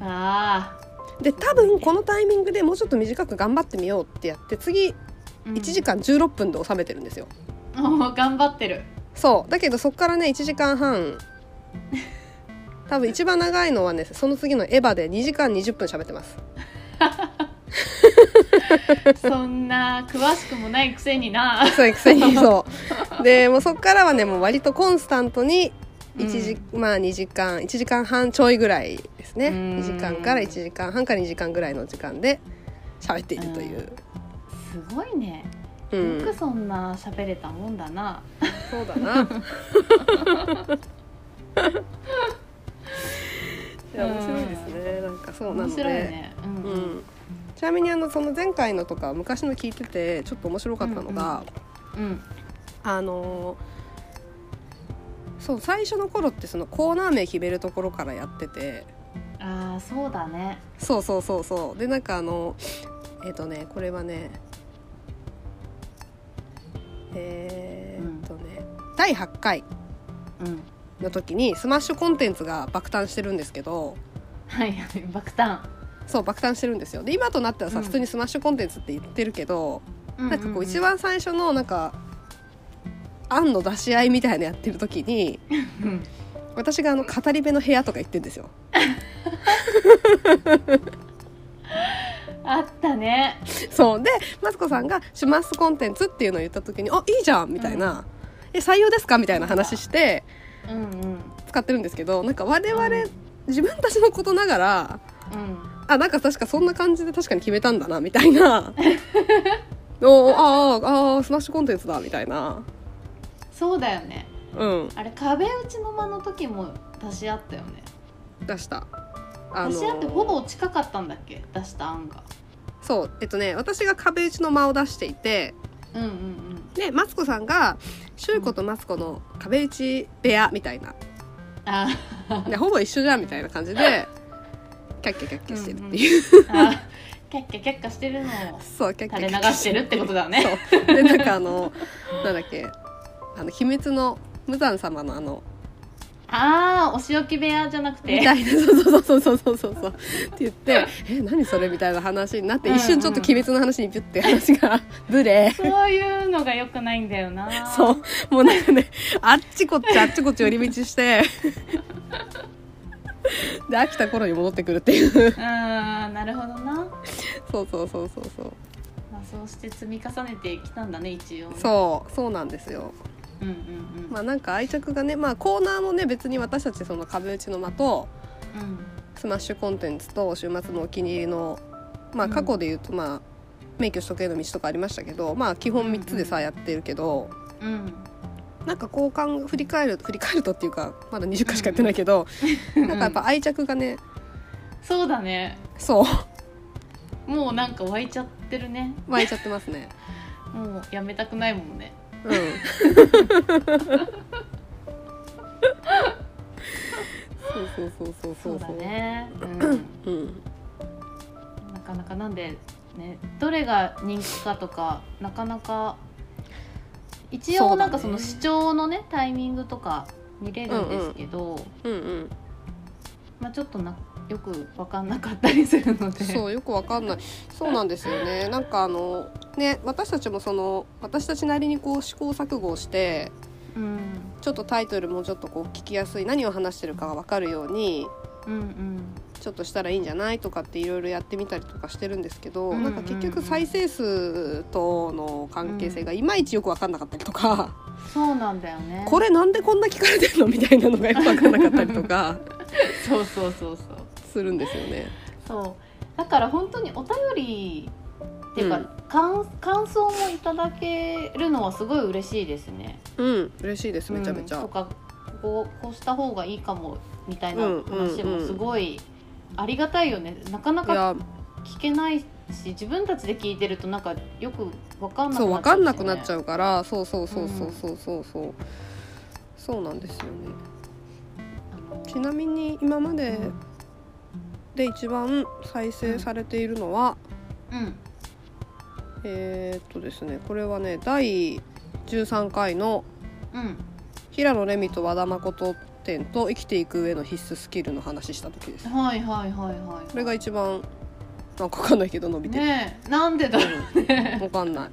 ああ
で多分このタイミングでもうちょっと短く頑張ってみようってやって次1時間16分で収めてるんですよ。
もう頑張ってる
そうだけどそこからね1時間半多分一番長いのはねその次の「エヴァ」で2時間20分喋ってます
そんな詳しくもないくせにな
そうくせにそうでもうそこからはねもう割とコンスタントに1時、まあ2時間1時間半ちょいぐらいですね
うーん
2時間から1時間半から2時間ぐらいの時間で喋っているという、
すごいね
う
よ
ん
くそんな喋れたもんだな、
そうだな いや面白いですねなんかそうなの
面
で
白いねうんう
うんんちなみにあのその前回のとか昔の聞いててちょっと面白かったのが、
うん
あのーそう最初の頃ってそのコーナー名決めるところからやってて
ああそうだね
そうそうそうそうでなんかあのえっ、とねこれはねえーっとね、第8回
うん
の時にスマッシュコンテンツが爆誕してるんですけど
はいはい爆誕
そう爆誕してるんですよで今となってはさ、
うん
普通にスマッシュコンテンツって言ってるけど、なんかこう一
番
番最初のなんか案の出し合いみたいなやってる時に私があの語り部の部屋とか行ってんですよ
あったね
そうでマツコさんが「シュマスコンテンツ」っていうのを言った時に「あいいじゃん」みたいな「え採用ですか?」みたいな話して
うんうん
使ってるんですけどなんか我々、
うん
自分たちのことながら
うん
あなんか確かそんな感じで確かに決めたんだなみたい なおーあーあースマッシュコンテンツだみたいな
そうだよね
うん
あれ壁打ちの間の時も出し合ったよね
出した。あ
出
の
し合ってほぼ近かったんだっけ出した案が
そうえっとね私が壁打ちの間を出していて
うんうんうん
でマツコさんが「シュウコとマツコの壁打ち部屋」みたいな
あ
でほぼ一緒じゃんみたいな感じでキャッキャキャッキャしてるっていう、
ーあーキャッキャキャッキャしてるのを
そうキャッキャ
垂れ流してるってことだね
そうでなんかあのなんだっけあの秘密の無惨様のあの
ああお仕置き部屋じゃなく
み
て
たいなそうそうそうそうそうそうそうって言って「え何それ?」みたいな話になって、
うんうん
一瞬ちょっと鬼滅の話にビュッて話が ブレ
そういうのが良くないんだよな
そうもうなんかねあっちこっちあっちこっち寄り道してで飽きた頃に戻ってくるっていう
うーんなるほどな、
そうそうそうそうそう
まあ、そうして積み重ねてきたんだね一応ね
そうそうなんですよ
うんうんうん、
まあなんか愛着がね、まあ、コーナーもね別に私たちその壁打ちの間と
うん
スマッシュコンテンツと週末のお気に入りの、まあ、過去で言うとまあ、免許取得への道とかありましたけど、まあ、基本3つでさ
うん
やってるけど、
うん
なんか交換振り返る振り返るとっていうかまだ20回しかやってないけど、なんかやっぱ愛着がね
そうだね
そう
もうなんか湧いちゃってるね
湧いちゃってますね。
もうやめたくないもんね
うんそうそうそうそうそ
そううだね、うん、
うん、
なかなかなんでねどれが人気かとかなかなか一応なんかその視聴のねタイミングとか見れるんですけど、
うんうん
まあ、ちょっとなよく分かんなかったりするの で
そうよくわかんないそうなんですよねなんかあのね私たちもその私たちなりにこう試行錯誤をして
うん
ちょっとタイトルもちょっとこう聞きやすい何を話してるかがわかるように
うんうん
ちちょっとしたらいいんじゃないとかっていろいろやってみたりとかしてるんですけど、
うんうんうん
なんか結局再生数との関係性がいまいちよく分かんなかったりとか、
そうなんだよね
これなんでこんな聞かれてるのみたいなのがよく分かんなかったりとか
そうそうそうそう
するんですよ ね。
そうだから本当にお便りっていうか、
うん
感感想もいただけるのはすごい嬉しいですね。
うん、嬉しいですめちゃめちゃ、
うんとかこうこうした方がいいかもみたいな
うんうん
話もすごいありがたいよね。なかないか
や
聞けないし自分たちで聞いてるとなんかよくわかんなくなっちゃうしね、
そう分かんなくなっちゃ
う
うからそうそうそうそうそうそうそう、そうなんですよねちなみに今までで一番再生されているのは、
うん
えー、っとですねこれはね第13回の
うん
平野レミと和田誠展と生きていく上の必須スキルの話した時です
はいはいはいはい
これが一番なんか分かんないけど伸びてる、
ねえなんでだろうね
分かんない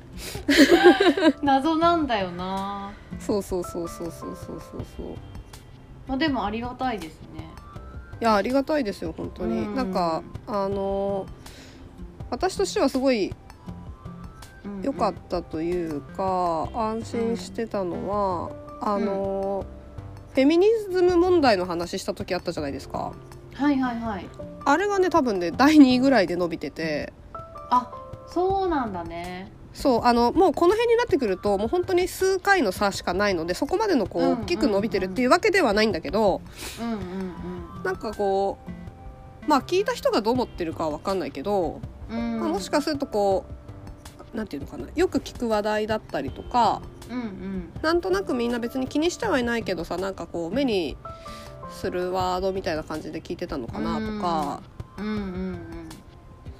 謎なんだよな
そうそうそうそうそうそうそうそう
まあでもありがたいですね
いやありがたいですよ本当に、
うん
なんかあの私としてはすごい
うんうん
良かったというか、安心してたのはあの、フェミニズム問題の話した時あったじゃないですか
はいはいはい
あれがね多分ね第2位ぐらいで伸びてて
あそうなんだね
そうあのもうこの辺になってくるともう本当に数回の差しかないのでそこまでのこ
うん
う
うん
大きく伸びてるっていうわけではないんだけど、
うんうん
なんかこうまあ聞いた人がどう思ってるかは分かんないけど
うん
まあもしかするとこうなんていうのかなよく聞く話題だったりとか
うんうん
なんとなくみんな別に気にしてはいないけどさなんかこう目にするワードみたいな感じで聞いてたのかなとか、
うんうんうん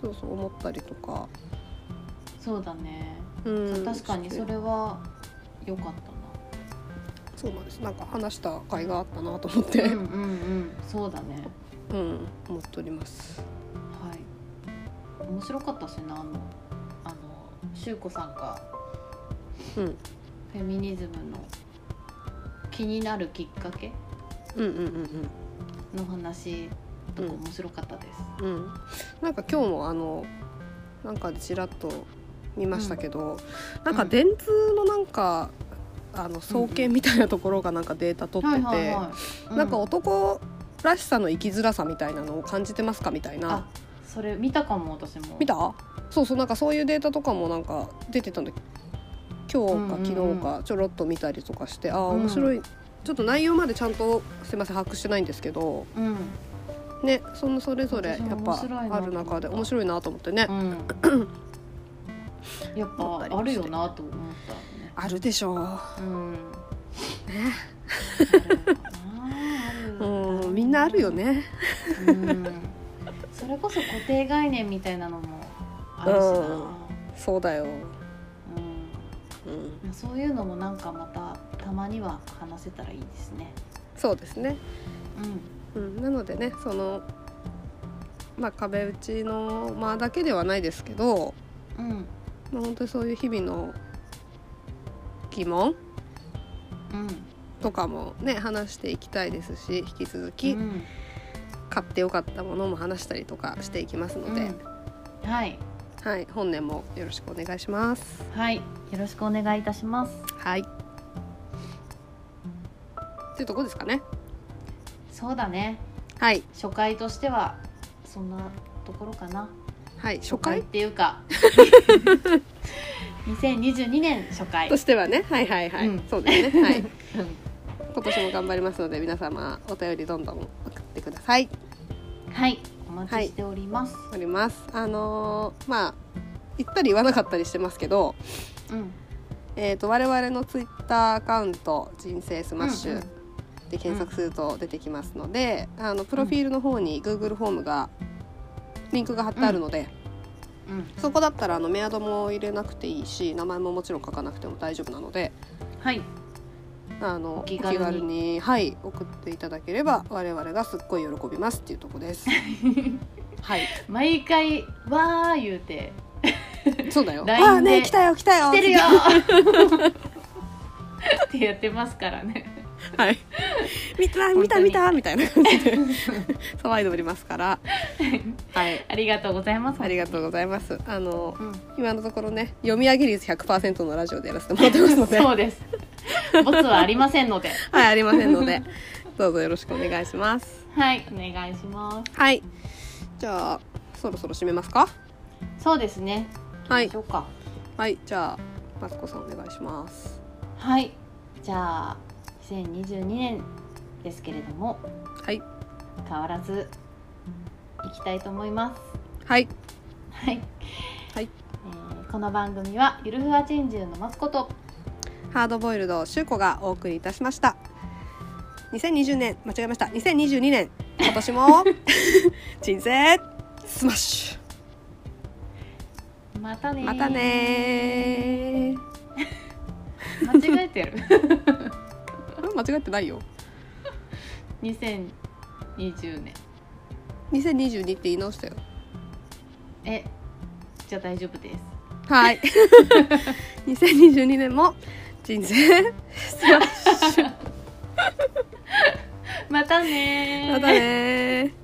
そうそう思ったりとか、
そうだね、
うん、
確かに
して
それは良かったな
そうなんですなんか話した甲斐があったなと思って、
うんう
うんん
うんそうだね
思っております。
はい面白かったしなあのあの修子さんが
うん
フェミニズムの気になるきっかけ
うんうんうん
の話とか
うん
面白かったです、
うんうんなんか今日もあのなんかちらっと見ましたけど、なんか電通のなんかあの総研みたいなところがなんかデータ取ってて、
い
なんか
う
男らしさの生きづらさみたいなのを感じてますかみたいな
あそれ見たかも私も
見たそうそうなんかそういうデータとかもなんか出てたんだ今
うんうんうん
日か昨日かちょろっと見たりとかして、ああ
うん
面白い、ちょっと内容までちゃんとすいません把握してないんですけど
うん、
ねそんなそれぞれや
私も
っぱ
面白いな
ある中で面白いなと思ってね、
うん、やっ
思ったり
ぱ
も
ある
して
よなと思った
あるでしょう、
ねうんあるよなある
うん、みんなあるよね
うんそれこそ固定概念みたいなのもあるし
そうだよ、
な、うん
うん、
そういうのもなんかまたたまには話せたらいいですね。
そうですね
う
う
ん
ん、なのでねそのまあ壁打ちのまあだけではないですけど、
うん
まあ、本当にそういう日々の疑問
うん
とかもね話していきたいですし引き続き
うん
買ってよかったものも話したりとかしていきますので、
うんはい
はい、本年もよろしくお願いします。
はいよろしくお願いいたします。
はいっていうとこですかね。
そうだね
はい、
初回としてはそんなところかな。
はい、初
っ
回
ていう か2022年初回
と。してはね、はいはいはい、
うん
そうですね。は
う
い
ん、
今年も頑張りますので皆様お便りどんどん送ってください。
はいお待ちしております。
おります。あのーまあ言ったり言わなかったりしてますけど、
うん
えっ、と我々のツイッターアカウント人生スマッシ
うんう
ュ
ん
で検索すると出てきますので、あのプロフィールの方に Google フォームがリンクが貼ってあるので、
うん
そこだったらあのメアドも入れなくていいし、名前ももちろん書かなくても大丈夫なので、
はい
あの
お
お
気
気
軽
軽
に
にはい送っていただければ我々がすっごい喜びますっていうとこ です。はい、
毎回わー言うて
そうだよ。
LINE で
あーね来たよ来たよ
来てるよってやってますからね
はい、見た見
本当
た
に
見たみたいな感じで 騒いでおります から、はい、
ありがとうございます
ありがとうございます。あの、
うん
今のところね読み上げ率100%のラジオでやらせてもらってますので、
そうですボツはありませんので
はいありませんの で、どうぞよろしくお願いします。
はいお願いしま
はい、じゃあそろそろ締めますか。
すそうですね
はい
どうしようか
はい、じゃあマツコさんお願いします。
はいじゃあ2022年ですけれども
はい
変わらず行きたいと思います
はい
はい、
はい
えーこの番組はゆるふわ珍獣のマスコと
ハードボイルドシュウコがお送りいたしました。2020年間違えました。2022年今年 も人生スマッシ
またね
ュ
ー
またねー。
間違え てる
うん間違ってないよ。
2020年
2022って言い直したよ。
えじゃあ大丈夫です
はい。2022年も人生 スマッシュ。
またねー
またねー。